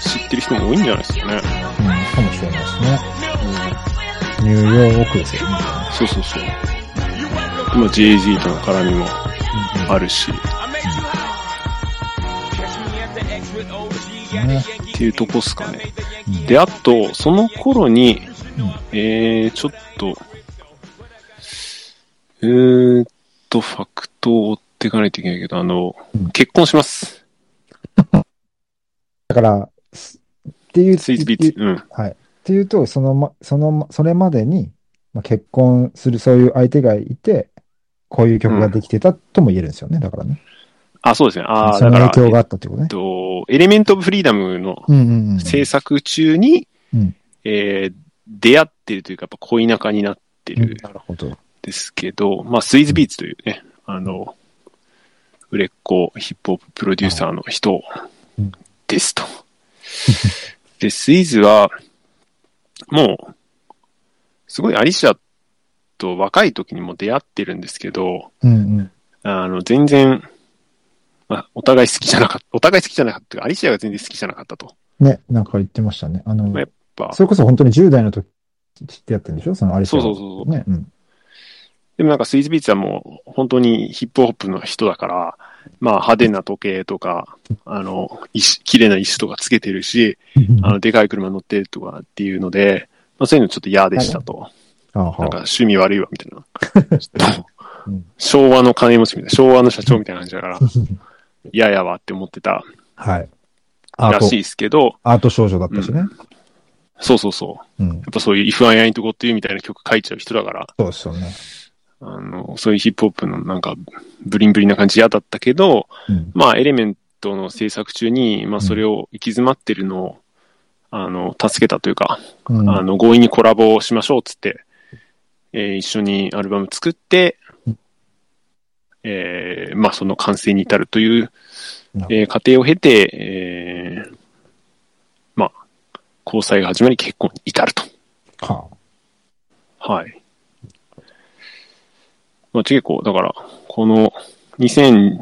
知ってる人も多いんじゃないですかね。ん。うん。うん。かもしれないですね。ニューヨークですよね。そうそうそう。今 JZ との絡みもあるし、ねっていうとこっすかね。で、あと、その頃に、えー、ちょっと、えーっと、ファクトを追っていかないといけないけど、あのうん、結婚します。だから、すっていう、スイーツビーツ。うん。っていうと、そのま、そのま、それまでに、まあ、結婚するそういう相手がいて、こういう曲ができてたとも言えるんですよね。だからね。あ、そうですね。ああ、そだのから、影響がえあっったってことね。と、エレメント・オブ・フリーダムのうんうんうん。制作中に、うんえー出会ってるというか、やっぱ恋仲になってうんるんなるほど。ですけど、まあ、スイーズビーツというね、あの、売れっ子ヒップホッププロデューサーの人うんですと。で、スイーズは、もう、すごいアリシャと若い時にも出会ってるんですけど、うんうん。あの、全然、まあ、お互い好きじゃなかった、お互い好きじゃなかったというか、アリシャが全然好きじゃなかったと。ね、なんか言ってましたね。あのまあ、やっぱ、それこそ本当に10代の時知ってやってるんでしょそのアリシャそうはそうそうそう。ね。うん。でもなんかスイーツビーツはもう本当にヒップホップの人だから、まあ派手な時計とか、あの、石、綺麗な石とかつけてるし、 あの、でかい車乗ってるとかっていうので、まあそういうのちょっと嫌でしたと。あはなんか趣味悪いわ、みたいな。ちょっと うん昭和の金持ちみたいな、昭和の社長みたいな感じだ から、嫌やわって思ってた はい。アーらしいト、ですけど、アート少女だったしね。そうそうそう。やうん。っぱそういう If I Ain't Got You みたいな曲書いちゃう人だから、そうですよね。あの、そういうヒップホップのなんか、ブリンブリンな感じ嫌だったけど、うん。まあ、エレメントの制作中に、まあ、それを行き詰まってるのを、あの、助けたというか、うんあの、強引にコラボをしましょうっつって、えー一緒にアルバム作ってうん、えーまあ、その完成に至るというなるほ、どえー過程を経て、えーまあ、交際が始まり結婚に至ると。はあはい。まあ、結構、だから、この2000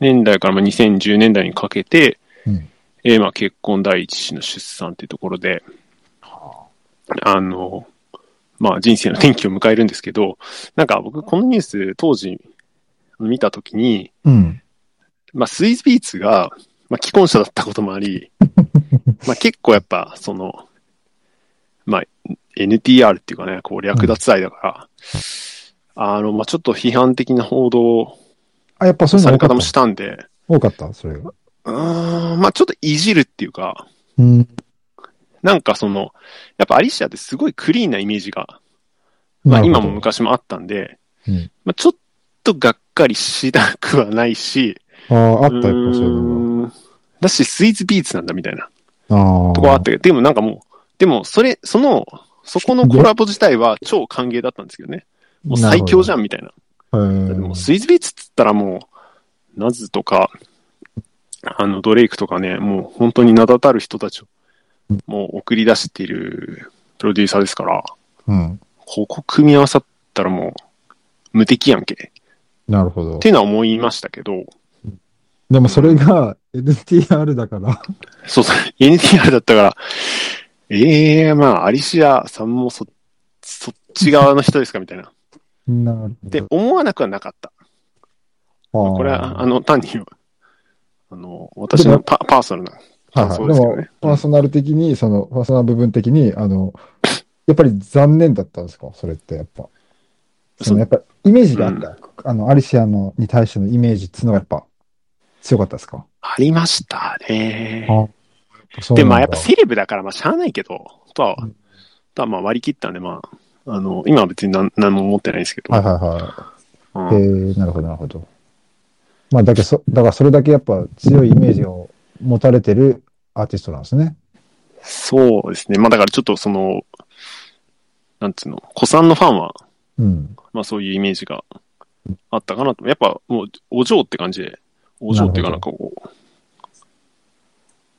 年代からまあ2010年代にかけて、うんえーまあ結婚第一子の出産っていうところで、あの、まあ人生の転機を迎えるんですけど、なんか僕このニュース当時見たときに、うん。まあスイーズビーツが、まあ既婚者だったこともあ り、まあ結構やっぱその、まあ NTR っていうかね、こう略奪愛だから、あの、まあちょっと批判的な報道あ、やっぱそういうされの多かっ方たもしたんで、多かった、それが。うーん、まあちょっといじるっていうか、うん。なんかその、やっぱアリシアってすごいクリーンなイメージが、まなあるほど今も昔もあったんで、うんまあちょっとがっかりしなくはないし、ああ、ああった、やっぱそういうのだし、スイーツビーツなんだみたいなが。ああ。とこはあったけど、でもなんかもう、でもそれ、その、そこのコラボ自体は超歓迎だったんですけどね。もう最強じゃん。んみたいな。へえでもスイーツビーツっつったらもう、ナズとか、あの、ドレイクとかね、もう本当に名だたる人たちを、もう送り出しているプロデューサーですから、うん。ここ組み合わさったらもう、無敵やんけ。っなるほどて。いうのは思いましたけど、でもそれが NTR だから。そうそう、NTR だったから、ええまあ、アリシアさんもそ、そっち側の人ですかみたいな。なるで、思わなくはなかった。ほど。これは、ああの、単に、あの、私のパパーソナルなはいはそい。うでですよねも、パーソナル的に、その、パーソナル部分的に、あの、やっぱり残念だったんですかそれって、やっぱ。その、やっぱ、イメージがあった。あの、アリシアのに対してのイメージっていうのがやっぱ、強かったですかありましたね。あそうで、なんだまあやっぱセレブだから、まあしゃあないけど、とは、うんとはまあ割り切ったんで、まあ、あの、今は別に何何も思ってないんですけど、はいはういはい。んえー、なるほど、なるほど。まあ、だけどそ、だからそれだけやっぱ強いイメージを持たれてるアーティストなんですね。そうですね。まあだからちょっとその、なんつうの、子さんのファンは、うん。まあそういうイメージがあったかなと。やっぱもう、お嬢って感じで、お嬢っていうかななんるかこう、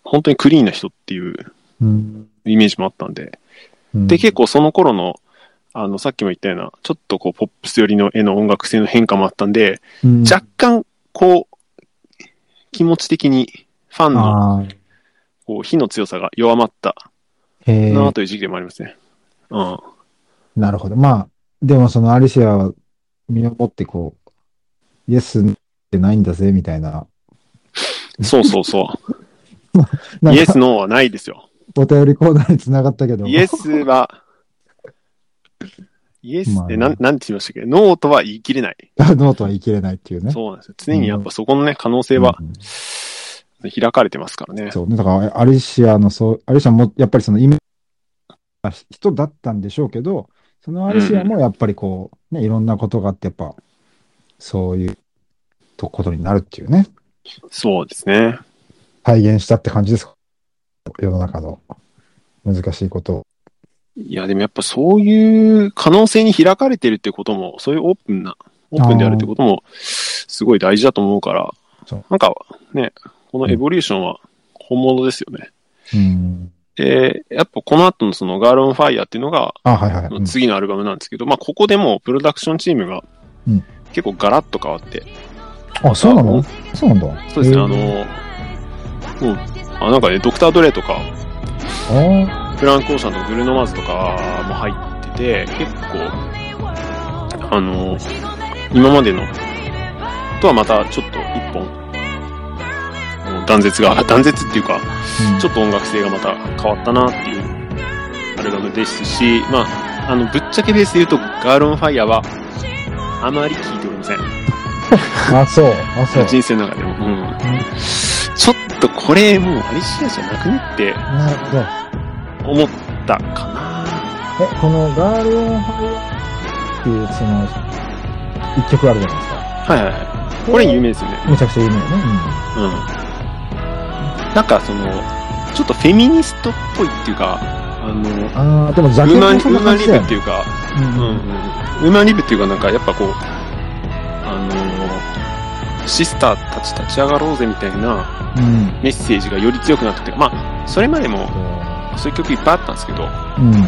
本当にクリーンな人っていううん。イメージもあったんで、うんで、結構その頃の、あの、さっきも言ったような、ちょっとこう、ポップス寄りの絵の音楽性の変化もあったんで、うん若干、こう、気持ち的に、ファンの、あーこう、火の強さが弱まったへなーという時期でもありますね。うん。なるほど。まあ、でもそのアリシアは身をもってこう、イエスってないんだぜ、みたいな。そうそうそう。 なんイかエス、ノーはないです よ。お便りコーナーに繋がったけど。イエスは、イエスってまあなねん、なんて言いましたっけノーとは言い切れない。あノートは言い切れないっていうね。そうなんですよ。常にやっぱそこのね、可能性はうん開かれてますからね。そうね。だから、アリシアの、そう、アリシアも、やっぱりそのイメージな人だったんでしょうけど、そのアリシアもやっぱりこう、ね、いろんなことがあって、やっぱ、そういうとことになるっていうね、そうですね。体現したって感じですか。世の中の難しいことを。いや、でもやっぱそういう可能性に開かれてるってことも、そういうオープンな、オープンであるってことも、すごい大事だと思うからそう、なんかね、このエボリューションは本物ですよね。うん。で、やっぱこの後のそのガールオンファイヤーっていうのが、あ、はいはい。うん次のアルバムなんですけど、まあここでもうプロダクションチームがうん結構ガラッと変わって、あ、そうなうんのそうなんだ。そうですね、あのもへ、う、あなんかね、ドクター・ドレイとか、ー、あフランク・オーシャンとかブルーノ・マーズとかも入ってて、結構、あの、今までのとはまたちょっと一本、もう断絶が、 断絶っていうか、ーうんちょっと音楽性がまた変わったなっていうアルバムですし、まあ、あの、ぶっちゃけベースで言うと、ガール・オン・ファイヤーは、あまり聴いておりません。あ、そう。あ、そう。人生の中でも。うん。ちょっとこれ、もうアリシアじゃなくねってなるほど。思ったかな。え、このガールオンハイっていう、その、一曲あるじゃないですか。はいはいはい。これ有名ですよね。めちゃくちゃ有名よね。うん。なんかその、ちょっとフェミニストっぽいっていうか、あの、ウうん。あー、でもジャケーマン、ウットーもマンリブだっていうか、ううんうんん。ウーマンリブっていうかなんかやっぱこう、あの、シスターたち立ち上がろうぜみたいなうん。メッセージがより強くなってて、まあ、それまでもそういう曲いっぱいあったんですけど、うん。うん。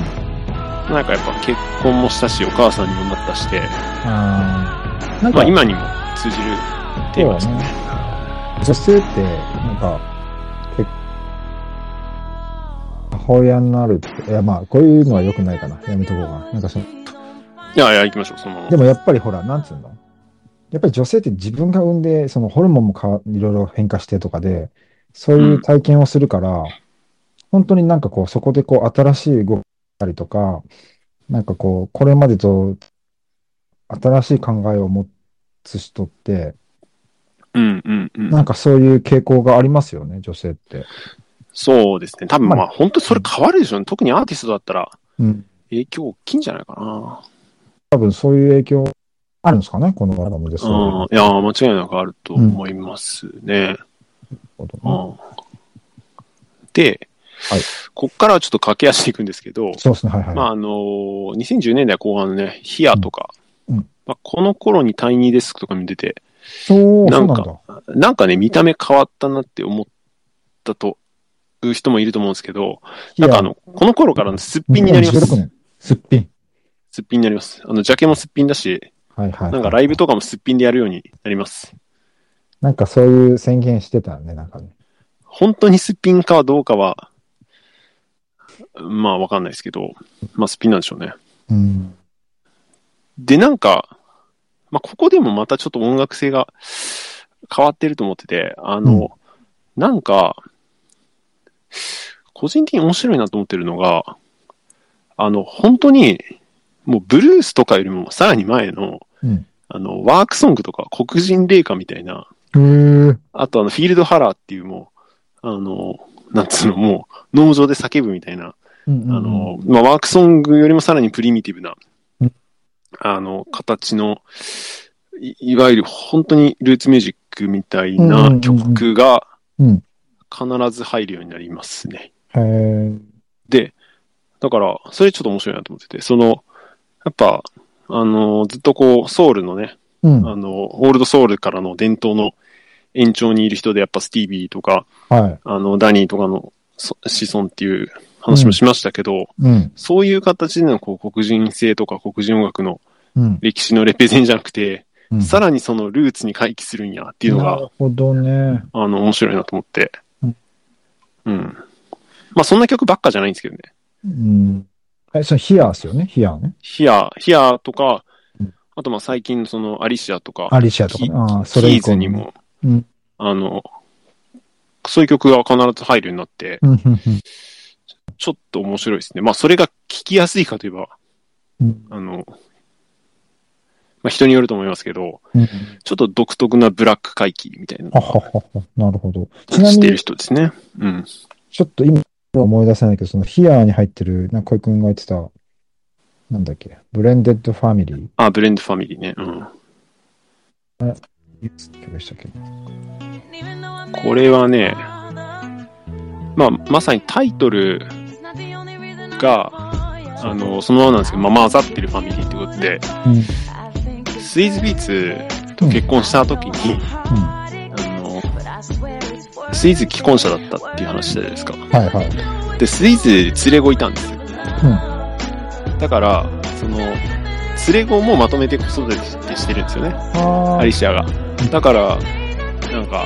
なんかやっぱ結婚もしたし、お母さんにもなったして、あーなんまか、あ今にも通じるテーマですよね。女性って、なんか、結母親になるって、いやまあ、こういうのは良くないかな。やめとこうかな。なんかその、いやいや、行きましょう、そのままでもやっぱりほら、なんつうのやっぱり女性って自分が産んで、そのホルモンもかいろいろ変化してとかで、そういう体験をするから、本当になんかこう、そこでこう、新しい動きたりとか、なんかこう、これまでと新しい考えを持つ人って、うんうんうん。なんかそういう傾向がありますよね、女性って。そうですね。多分まあまあ本当にそれ変わるでしょうね。特にアーティストだったらうん。影響大きいんじゃないかな。多分そういう影響あるんですかね、このアルバムでそういううん。いやー、間違いなくあると思いますね。ことね、うん。で、はいこっからはちょっと駆け足でいくんですけど、そうですね、はいはい。まああのー2010年代後半のね、ヒアとか、うんうんまあ、この頃にタイニーデスクとか見てて、そう、なそうんなかんだ。なんかね、見た目変わったなって思ったという人もいると思うんですけど、なんかあの、この頃からのすっぴんになります。 2016年。すっぴん。すっぴんになります。あの、ジャケもすっぴんだし、はいはい。なんかライブとかもすっぴんでやるようになります。なんかそういう宣言してたね、なんかね。本当にすっぴんかどうかは、まあわかんないですけど、まあすっぴんなんでしょうね。うん。で、なんか、まあここでもまたちょっと音楽性が変わってると思ってて、あの、なんか、個人的に面白いなと思ってるのが、あの、本当に、もうブルースとかよりもさらに前の、うんあの、ワークソングとか黒人霊歌みたいな、へえ。あとあの、フィールドハラーっていうもう、あの、なんつうの、もう、農場で叫ぶみたいな、うんあの、まあ、ワークソングよりもさらにプリミティブなうん、あの、形の、いいわゆる本当にルーツミュージックみたいうんうんうんうなん曲がうん、必ず入るようになりますね。へえ。で、だから、それちょっと面白いなと思ってて、その、やっぱ、あの、ずっとこう、ソウルのね、うん。あはの、オールドソウルからの伝統の延長にいる人で、やっぱスティービーとか、い。あの、ダニーとかのそ子孫っていう話もしましたけど、うん。そういう形でのこう黒人性とか黒人音楽のうん。歴史のレペゼンじゃなくて、うんさらにそのルーツに回帰するんやっていうのなが、るほどね。あの、面白いなと思ってうん。うん。まあ、そんな曲ばっかじゃないんですけどね。うん。え、それヒアーですよねヒアーね。ヒア、ヒアとかうん、あとまあ最近そのアリシアとか、アリシアとかねキ。ああ、キそれ以ー降ズのに。も、うんあの、そういう曲が必ず入るようになって、うん。うんちょっと面白いですね。まあそれが聞きやすいかといえば、うんあの、まあ人によると思いますけど、うん。ちょっと独特なブラック回帰みたいなはははは。なるほ ど。ちなみしていにる、人ですね。うん。ちょっと今思い出せないけど、そのヒアーに入ってる、なんか小井君が言ってた、なんだっけ、ブレンデッドファミリー。あ、ブレンドファミリーね。うん。曲でしたっけこれはね、まあまさにタイトルが、ああの、の、そのままなんですけど、まあ混ざってるファミリーってことで、スイーズビーツと結婚した時に、あの、ススイイーズ既ーズ既婚婚者だ者だっったたっっていていうう話話じゃでないですか。はいはい。で、スイーズ連れ子いたんですよ。だから、その、連れ子もまとめて子育てしてるんですよね、あアリシアが。だから、なんか、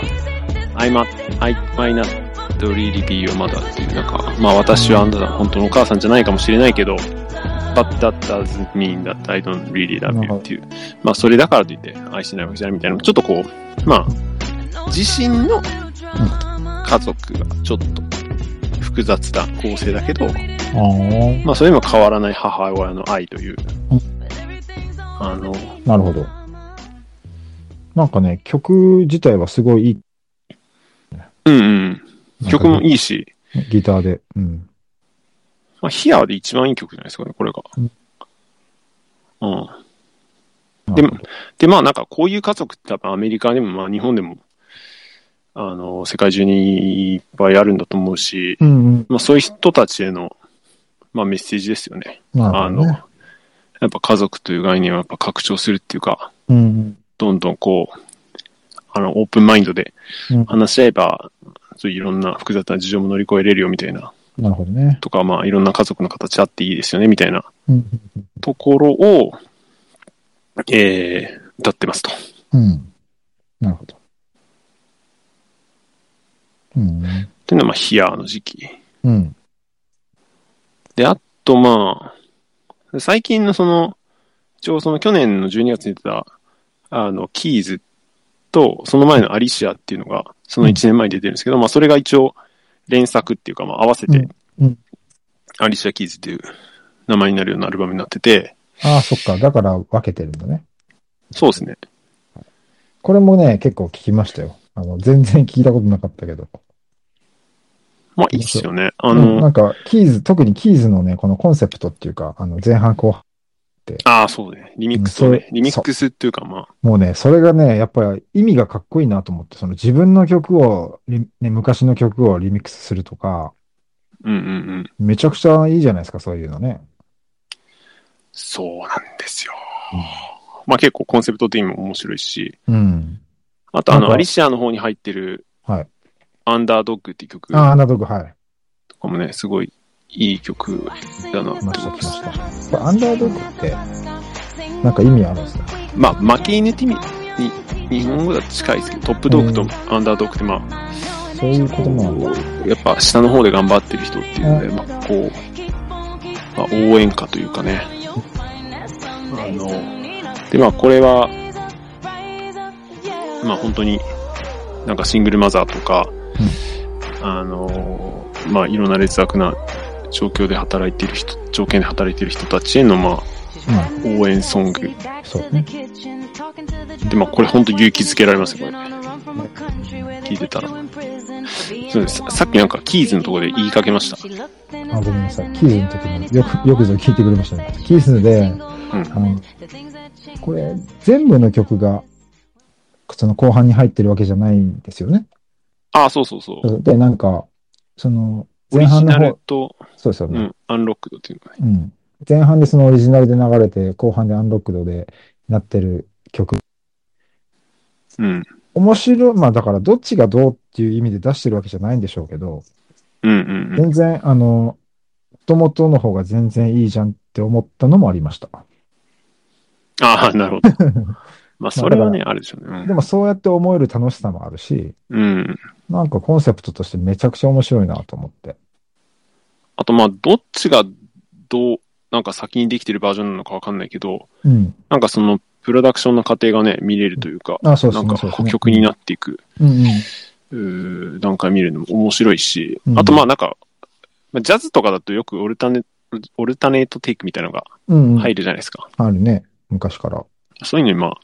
I ma, I, I not really be your mother っていう、なんか、まあ私はあんたの本当のお母さんじゃないかもしれないけど、but that doesn't mean that I don't really love なるほ you どっていう、まあそれだからといって愛してないわけじゃないみたいな、ちょっとこう、まあ、自身の家族がちょっと複雑な構成だけど、あーまあそれでも変わらない母親の愛という、ああのの、なるほど。なんかね、曲自体はすごいいうんうん。い。曲もいいし、ギターで。うん。まあ、ヒアーで一番いい曲じゃないですかね、これが。うんうん。なでるもほど、で、まあなんかこういう家族って多分アメリカでも、まあ日本でも、あの、世界中にいっぱいあるんだと思うし、うんうん。まあそういう人たちへの、まあメッセージですよね。なあるほの、どねや。っぱ家族という概念をやっぱ拡張するっていうか、うんどんどんこう、あの、オープンマインドでうん話し合えば、そういういろんな複雑な事情も乗り越えれるよみたいな、うん。なるほどね。とか、まあいろんな家族の形あっていいですよねみたいなうんところを、えー、歌ってますと。うん。うんなるほど。うん。というのは、まあ、ヒアーの時期。うん。で、あと、まあ、最近のその、一応その去年の12月に出た、あの、キーズと、その前のアリシアっていうのが、その1年前に出てるんですけど、まあ、それが一応、連作っていうか、まあ、合わせて、うんうんアリシア・キーズっていう名前になるようなアルバムになってて、ああ、そっか。だから分けてるんだね。そうですね。これもね、結構聞きましたよ。あの、全然聞いたことなかったけど。まあ、いいっすよね。ああの、なんか、キーズ、特にキーズのね、このコンセプトっていうか、あの、前半後半、ああ、そうね。リミックスをねう。んそうリミックスっていうか、まあ、もうね、それがね、やっぱり意味がかっこいいなと思って、その自分の曲をリ、ね、昔の曲をリミックスするとか、うんうんうん。めちゃくちゃいいじゃないですか、そういうのね。そうなんですよ。まあ結構コンセプト的にも面白いし、うん。あとあなんの、かアリシアの方に入ってる、はいアンダードッグっていう曲あとあ、ナドグ、はい。かもね、すごいいい曲。だな来ました来ましたこれアンダードッグってなんか意味あるんですかまあ、負け犬って意味に、日本語だと近いですけど、トップドッグとアンダードッグってまあ、そういうことなんだ。やっぱ下の方で頑張ってる人っていうので、まあ、こう、まあ、応援歌というかね。あの、でまあこれは、まあ本当になんかシングルマザーとか、あのーまあ、いろんな劣悪な状況で働いている人、条件で働いている人たちへの、まうん応援ソング。そうねで、まあ、これ本当勇気づけられますよ、これ。聞いてたら。そうです。さっきなんかキーズのところで言いかけました。あ、ごめんなさい。キーズの時もよく、よくぞ聞いてくれましたね。キーズで、あの、これ、全部の曲が、その後半に入ってるわけじゃないんですよね。ああ、そうそうそう。で、なんか、その、オ前リジ半のナル方、と、そうですようね。ん、アンロックドっていうのがね。うん。前半でそのオリジナルで流れて、後半でアンロックドでなってる曲。うん。面白い、まあだからどっちがどうっていう意味で出してるわけじゃないんでしょうけど、うんうんうん。全然、あの、もとの方が全然いいじゃんって思ったのもありました。ああ、なるほど。 まあ、それはね、だあるでしょうねで。もそうやって思える楽しさもあるし、うん。うんなんかコンセプトとしてめちゃくちゃ面白いなと思って。あと、まあ、どっちがどう、なんか先にできてるバージョンなのかわかんないけど、うん。なんかその、プロダクションの過程がね、見れるというか、あ、そうでなすんね。かそうですこうね曲になっていく、うんうん。うー段階見るのも面白いしう、んあとまあなんか、まあジャズとかだとよくオルタネ、オルタネートテイクみたいなのがうんうん。入るじゃないですか。あるね。昔から。そういうのにまあ、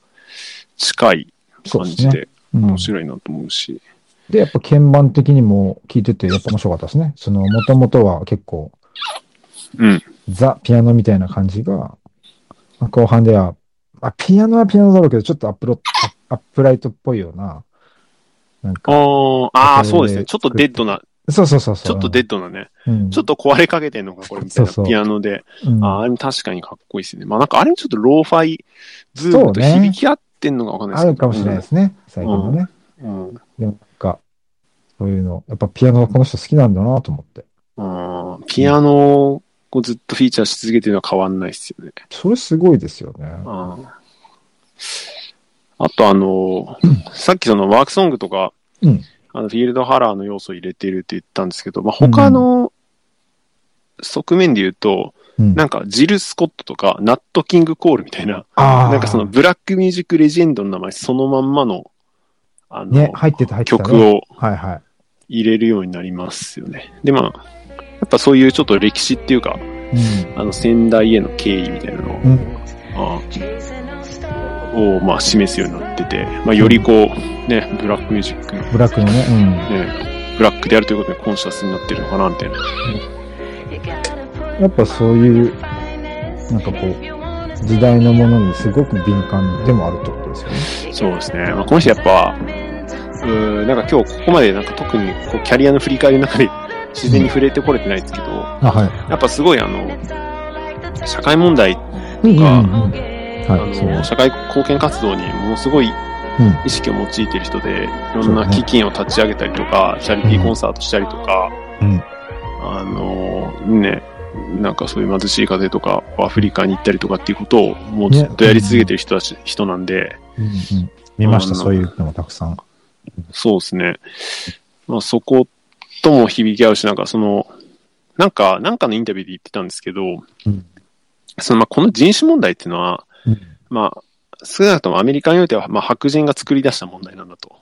近いそう感ですじね。でうん面白いなと思うし、で、やっぱ鍵盤的にも聞いてて、やっぱ面白かったですね。その、もともとは結構、うん。ザ・ピアノみたいな感じが、まあ後半では、まあ、ピアノはピアノだろうけど、ちょっとアップロ、アップライトっぽいような、なあんか、ーあー、そうですね。ちょっとデッドな、そうそうそうそう。ちょっとデッドなね、うん、ちょっと壊れかけてんのか、これみたいそうそなうピアノで。うんああ、でも確かにかっこいいですね。まあなんかあれもちょっとローファイ、ズームとそうね響き合ってんのかわかんないあるかもしれないですすね、最近のね。けど。うんうんでもなんか、そういうの、やっぱピアノはこの人好きなんだなと思って。あーピアノをずっとフィーチャーし続けてるのは変わんないですよね。それすごいですよね。あーあとあの、さっきそのワークソングとか、うんあのフィールドハラーの要素を入れてるって言ったんですけど、まあ、他の側面で言うと、うん。なんかジル・スコットとかナット・キング・コールみたいな、あーなんかそのブラックミュージック・レジェンドの名前そのまんまの、あの、ね、入ってた入ってた、ね。曲。をはいはい。入れるようになりますよね。で、まあ、やっぱそういうちょっと歴史っていうか、あの、先代への敬意みたいなのうん。うん。あを、まあ、示すようになってて、まあ、よりこう、ね、ブラックミュージック、ね、ブラックのね、うん。ブラックであるということでコンシャスになってるのかな、みたいな。やっぱそういう、なんかこう、時代のものにすごく敏感でもあるってことですよね。そうですね。まあ、この人やっぱ、うーん、なんか今日ここまでなんか特にこうキャリアの振り返りの中で 自然に触れてこれてないですけど、やあ、はい。っぱすごいあの、社会問題、うんうんうん。あはい、そうの、。社会貢献活動にものすごいうん。意識を用いてる人で、いろんな基金を立ち上げたりとか、チャリティーコンサートしたりとか、うんあの、ね、なんかそういう貧しい風とか、アフリカに行ったりとかっていうことをもうずっとやり続けてる人たち、人なんで、うんうん。見まあした、のそういうのもたくさん。そうですね。まあそことも響き合うし、なんかその、なんか、なんかのインタビューで言ってたんですけど、うんその、まあこの人種問題っていうのは、うんまあ、少なくともアメリカにおいては、まあ白人が作り出した問題なんだと。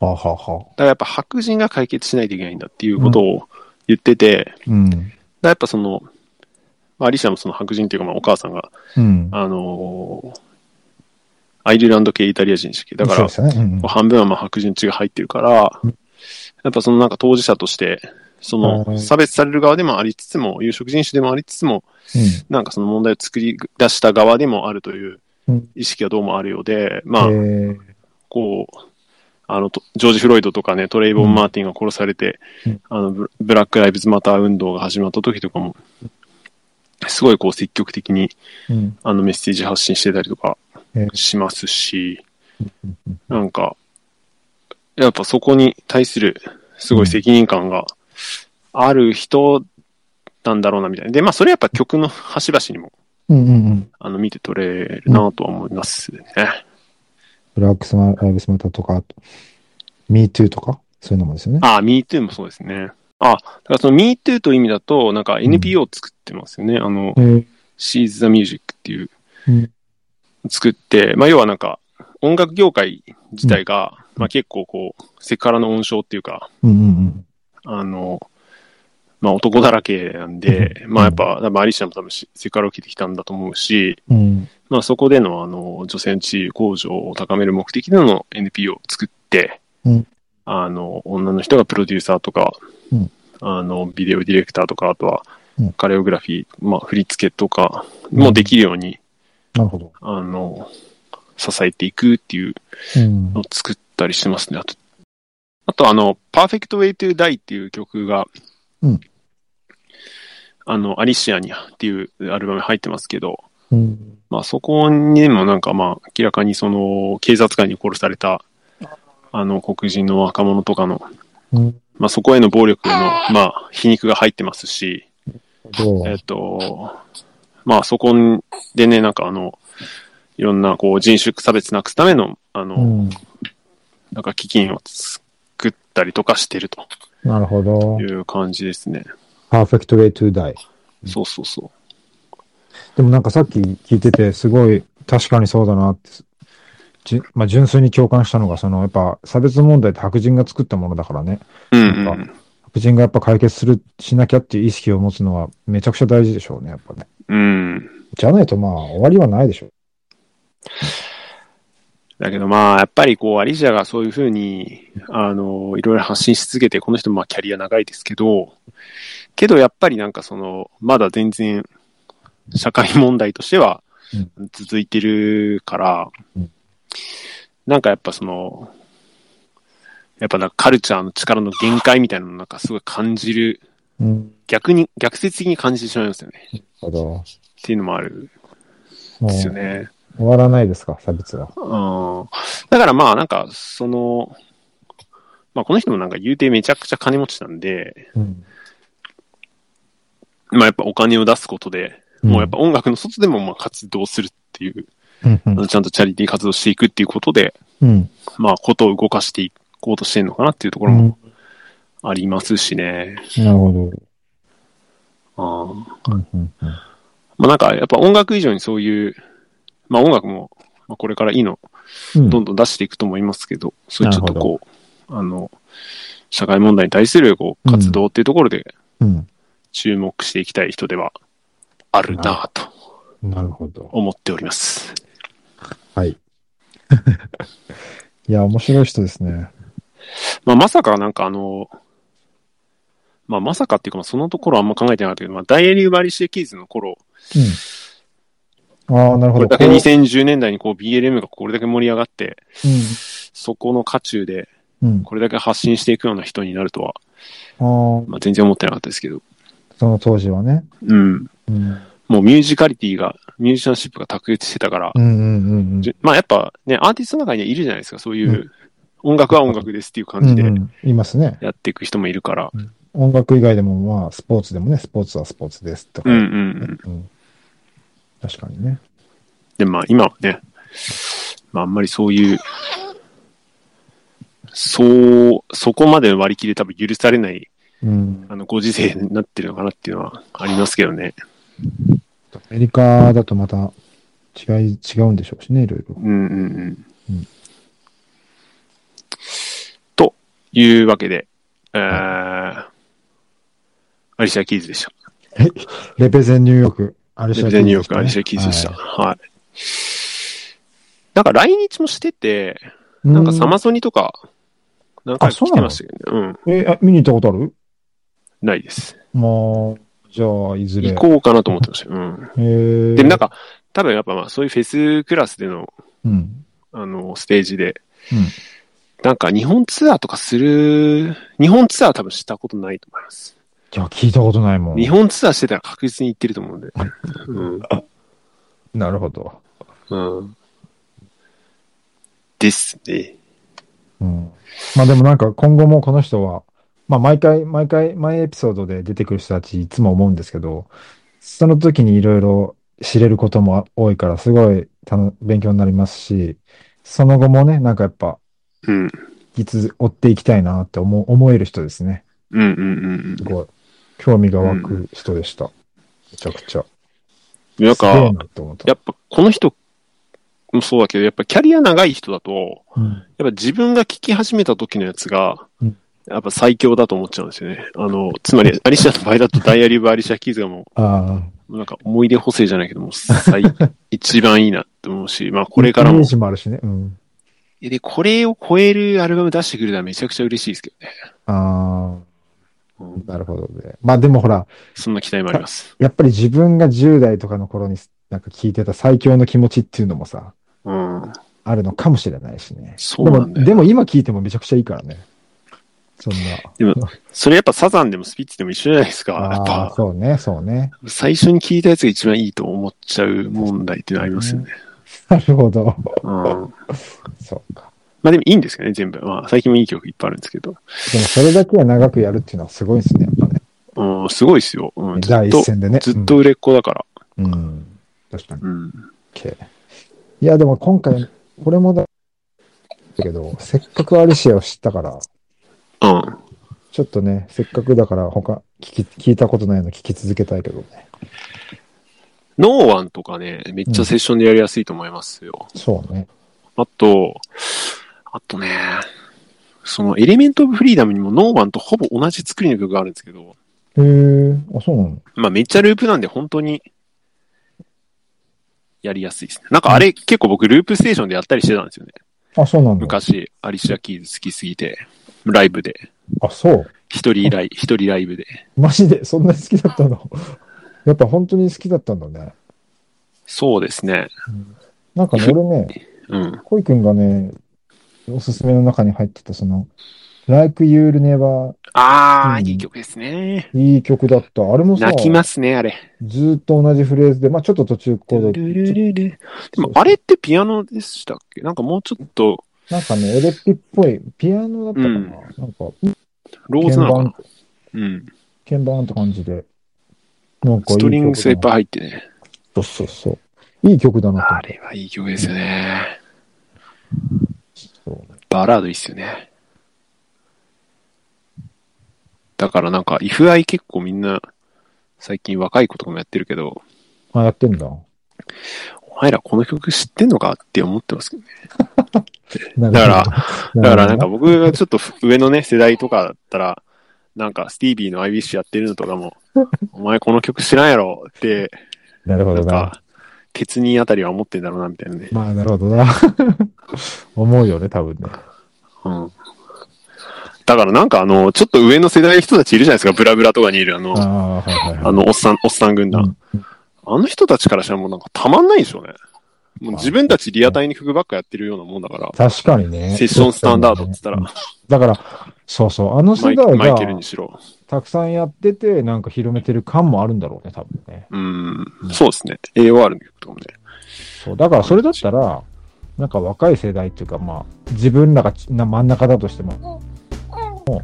はあはあはあだからやっぱ白人が解決しないといけないんだっていうことを言ってて、だかうん。らやっぱその、まあ、アリシャもその白人っていうかまあお母さんが、うん。あのーアイルランド系イタリア人式。だかそうらで、すよね。うんうん半分はまあ白人の血が入ってるからう、やっぱそのなんか当事者として、そはいの差別される側でもありつつも、有色人種でもありつつも、なんかその問題を作り出した側でもあるといううん意識がどうもあるようで、まあう、ん。えーこう、あの、とジョージ・フロイドとかね、トレイボうン・んマーティンが殺されて、うんあの、ブブラック・ライブズ・マター運動が始まった時とかも、すごいこう積極的にうん。あのメッセージ発信してたりとかえしますし、なんか、やっぱそこに対するすごい責任感がある人なんだろうなみたいな。で、まあそれやっぱ曲の端々にもうんうんうん。あの見て取れるなとは思いますね。ブラックスマライブスマターとか、あと、ミートゥーとか、そういうのもですよね。ああ、MeToo もそうですね。あ、だからその MeToo という意味だと、なんか NPO を作ってますよね。あのえ、ー Seize the Music っていううん、作って、まあ要はなんか、音楽業界自体が、まあ結構こう、セクハラの温床っていうか、うんうんあの、まあ男だらけなんで、まあやっぱ、多分アリシャも多分しセクハラを受けてきたんだと思うし、うん。まあそこでのあの、女性の地位向上を高める目的での NPO を作って、うんあの、女の人がプロデューサーとか、うんあの、ビデオディレクターとか、あとはうん、カレオグラフィー、まあ振り付けとかもできるように、なるほど。あの、支えていくっていううんのを作ったりしてますね。あと、あとあの、Perfect Way to Die っていう曲が、うんあの、アリシアニアっていうアルバムに入ってますけど、うん。まあそこにもなんかまあ明らかにその警察官に殺されたあの黒人の若者とかの、うん。まあそこへの暴力のまあ皮肉が入ってますし、どうえっと、まあそこでね、なんかあの、いろんなこう人種差別なくすための、あの、うん。なんか基金を作ったりとかしてるとなるほどい。う感じですね。パーフェクトウェイトゥーダイ。そうそうそでもなんかさっき聞いてて、すごい確かにそうだなって、じゅまあ、純粋に共感したのが、そのやっぱ差別問題って白人が作ったものだからね、う。うん、うん。白人がやっぱ解決する、しなきゃっていう意識を持つのはめちゃくちゃ大事でしょうね、やっぱね。うん。じゃないとまあ終わりはないでしょだけどまあ、やっぱりこう、アリジアがそういうふうに、あの、いろいろ発信し続けて、この人もまあキャリア長いですけど、けどやっぱりなんかその、まだ全然、社会問題としては続いてるから、うんなんかやっぱその、やっぱなんかカルチャーの力の限界みたいなのをなんかすごい感じる、う。うん。逆に、逆説的に感じてしまいますよね。っなるほど。もていうのもあるうんですよ終ね。わらないですか、差別は。うんだからまあなんか、その、まあこの人もなんか言うてめちゃくちゃ金持ちなんで、うん。まあやっぱお金を出すことで、うんもうやっぱ音楽の外でもまあ活動するっていう、うん。うあんのちゃんとチャリティー活動していくっていうことで、うん。まあことを動かしていこうとしてるのかなっていうところもありますしね。なるほど。うんうん。うん。まあなんかやっぱ音楽以上にそういう、まあ音楽もまあこれからいいのうん。どんどん出していくと思いますけど、そういうちょっとなるこう、あの、社会問題に対するこう活動っていうところでうん。注目していきたい人ではあるなぁとなるほど。思っております。 はい。いや、面白い人ですね。まあまさかなんかあの、まあまさかっていうかまあそのところあんま考えてなかったけど、まあダイエリー・バリシエ・キーズの頃、うん。ああ、なるほこど。れだけこう2010年代にこう BLM がこれだけ盛り上がって、そこの渦中でうん。うん。これだけ発信していくような人になるとは、ああ、まあ全然思ってなかったですけど、その当時はね。うん。うん。もうミュージカリティが、ミュージシャンシップが卓越してたから、うんうんうんうん。じゅまあやっぱね、アーティストの中にはいるじゃないですか、そういう、音楽は音楽ですっていう感じうでんうんいますね。やっていく人もいるから、音楽以外でも、まあ、スポーツでもね、スポーツはスポーツですとか。うんうんうん。うん確かにね。で、まあ今はね、まああんまりそういう、そう、そこまで割り切れ多分許されない、うん。あの、ご時世になってるのかなっていうのはありますけどね。アメリカだとまた違い、違うんでしょうしね、いろいろ。うんうんうん。うんというわけで、えー、アリシア・キーズでした。レペゼンニューヨーク、アレリシベャゼンニューヨーク、アリシア・キーズでした。はいはい。なんか来日もしてて、うなんかサマソニとか、何回あかそう来なてのましたけどね。うん、え、あ見に行ったことあるないです。もう、じゃあ、いずれ。行こうかなと思ってましたよ。うん。えー、でもなんか、多分やっぱまあそういうフェスクラスでの、うん。あの、ステージで、うんなんか日本ツアーとかする、日本ツアー多分したことないと思います。じゃあ、聞いたことないもん。日本ツアーしてたら確実に行ってると思うんで。うん。なるほど。うん。ですね。うんまあでもなんか今後もこの人は、まあ毎回、毎回、毎エピソードで出てくる人たちいつも思うんですけど、その時にいろいろ知れることも多いから、すごいたの勉強になりますし、その後もね、なんかやっぱ、うん。いつ追っていきたいなって思う思える人ですね。うんうんうんすごい。興味が湧く人でした。めちゃくちゃ。うん。なんすげえか、なって思った。やっぱこの人もそうだけど、やっぱキャリア長い人だと、うんやっぱ自分が聞き始めた時のやつがうん、やっぱ最強だと思っちゃうんですよね。あの、つまり、アリシアの場合だと、ダイアリー・ブ・アリシア・キーズがもああ。う、なんか思い出補正じゃないけども、最、 一番いいなって思うし、まあこれからイメもー。ジもあるしね。うん。で、これを超えるアルバム出してくれたらめちゃくちゃ嬉しいですけどね。ああうん。なるほどね。まあでもほら、そんな期待もあります。やっぱり自分が10代とかの頃になんか聞いてた最強の気持ちっていうのもさ、うん。あるのかもしれないしね。そうなんだよでも、でも今聞いてもめちゃくちゃいいからね。そんな。 でも、それやっぱサザンでもスピッツでも一緒じゃないですか。やっああ、ぱ、そうね、そうね。 最初に聞いたやつが一番いいと思っちゃう問題っていうのありますよね。なるほど。 うん。まそうか。あでもいいんですけどね、全部。まあ最近もいい曲いっぱいあるんですけど。でもそれだけは長くやるっていうのはすごいですね、やっぱね。うん、すごいですよ。うん、ず第っ一と、線でね。ずっと売れっ子だから。うん。うん。確かに。うん。 OK いや、でも今回、これもだ、だけど、せっかくアリシアを知ったから、うん。ちょっとね、せっかくだから他、聞き、聞いたことないの聞き続けたいけどね。ノーワンとかね、めっちゃセッションでやりやすいと思いますよ。そうね。あと、あとね、そのエレメント・オブ・フリーダムにもノーワンとほぼ同じ作りの曲があるんですけど、へえ、あ、そうなのまあめっちゃループなんで本当にやりやすいですね。なんかあれ結構僕ループステーションでやったりしてたんですよね。あ、そうなんだ。昔、アリシア・キーズ好きすぎて、ライブで、あ、そう。一人ライ、一人ライブで。マジで、そんなに好きだったの やっぱ本当に好きだったんだね。そうですね。なん かね、俺ね、うん。コイ君がね、おすすめの中に入ってた、その、Like You'll Never、あー、うんいい曲ですね。いい曲だった。あれもさ、泣きますね、あれ。ずーっと同じフレーズで、まあちょっと途中コード、ルルちょルルでも、あれってピアノでしたっけなんかもうちょっと、なんかね、エレピっぽい、ピアノだったかな、うんなんか、ローズな鍵のかな盤、うん。鍵盤って感じで、なんかいい曲だなストリングスがいっぱい入ってね。そうそうそう。いい曲だなと思あってれはいい曲ですよね。そうバラードいいっすよね。だからなんか、イフアイ結構みんな、最近若い子とかもやってるけど、あ、やってんだ。お前らこの曲知ってんのかって思ってますけどね。だだから、だからなんか、僕がちょっと上のね、世代とかだったら、なんかスティービーの I wish やってるのとかも、お前この曲知らんやろって、なるほなどんな。か、鉄人あたりは思ってんだろうなみたいなね。まあ、なるほどな。 思うよね、多分ね。うん。だからなんかあの、ちょっと上の世代の人たちいるじゃないですか、ブラブラとかにいるあの、あああ、はいはいはい。の、おっさん、おっさん軍団。あの人たちからしたらもうなんかたまんないでしょうね。もう自分たちリアタイに曲ばっかやってるようなもんだから、確かにね。セッションスタンダードって言ったら、うんだから、そうそう、あのマ世イ代マイがケルにしろ。たくさんやってて、なんか広めてる感もあるんだろうね、多分ね。うん、そうですね。AOR の曲とかもね。そう、だからそれだったら、なんか若い世代っていうか、まあ、自分らがちな真ん中だとしても、も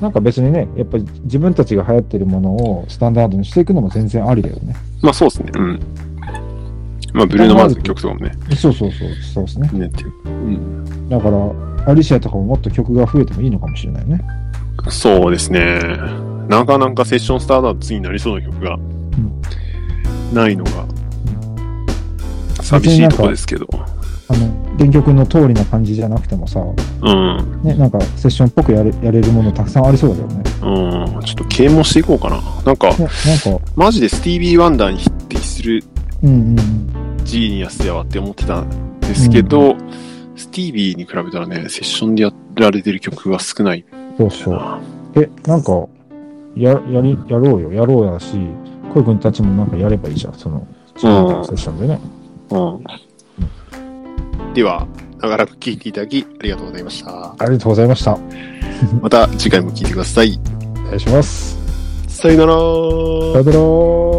う、なんか別にね、やっぱり自分たちが流行ってるものをスタンダードにしていくのも全然ありだよね。まあそうですね。うん。まあブルーノ・マーズの曲とかもね。そうそうそう、そうですね。ねっていううん、だから、アリシアとかももっと曲が増えてもいいのかもしれないね。そうですね。なかなかセッションスタンダード2になりそうな曲がないのが寂しいとこですけど。あの、原曲の通りな感じじゃなくてもさ、うん。ね、なんかセッションっぽくやれやれるものたくさんありそうだよね。ねうん。ちょっと啓蒙していこうかな。なんか、なんか、マジでスティービー・ワンダーに匹敵するうんうんうん。ジーニアスやわって思ってたんですけど、スティービーに比べたらね、セッションでやられてる曲が少ないそうそう。な。え、なんか、や、やり、やろうよ、やろうやし、こいくんたちもなんかやればいいじゃん、その、自分のセッションでね。うん。では、長らく聞いていただき、ありがとうございました。ありがとうございました。また次回も聞いてください。お願いします。さよならバイバイ。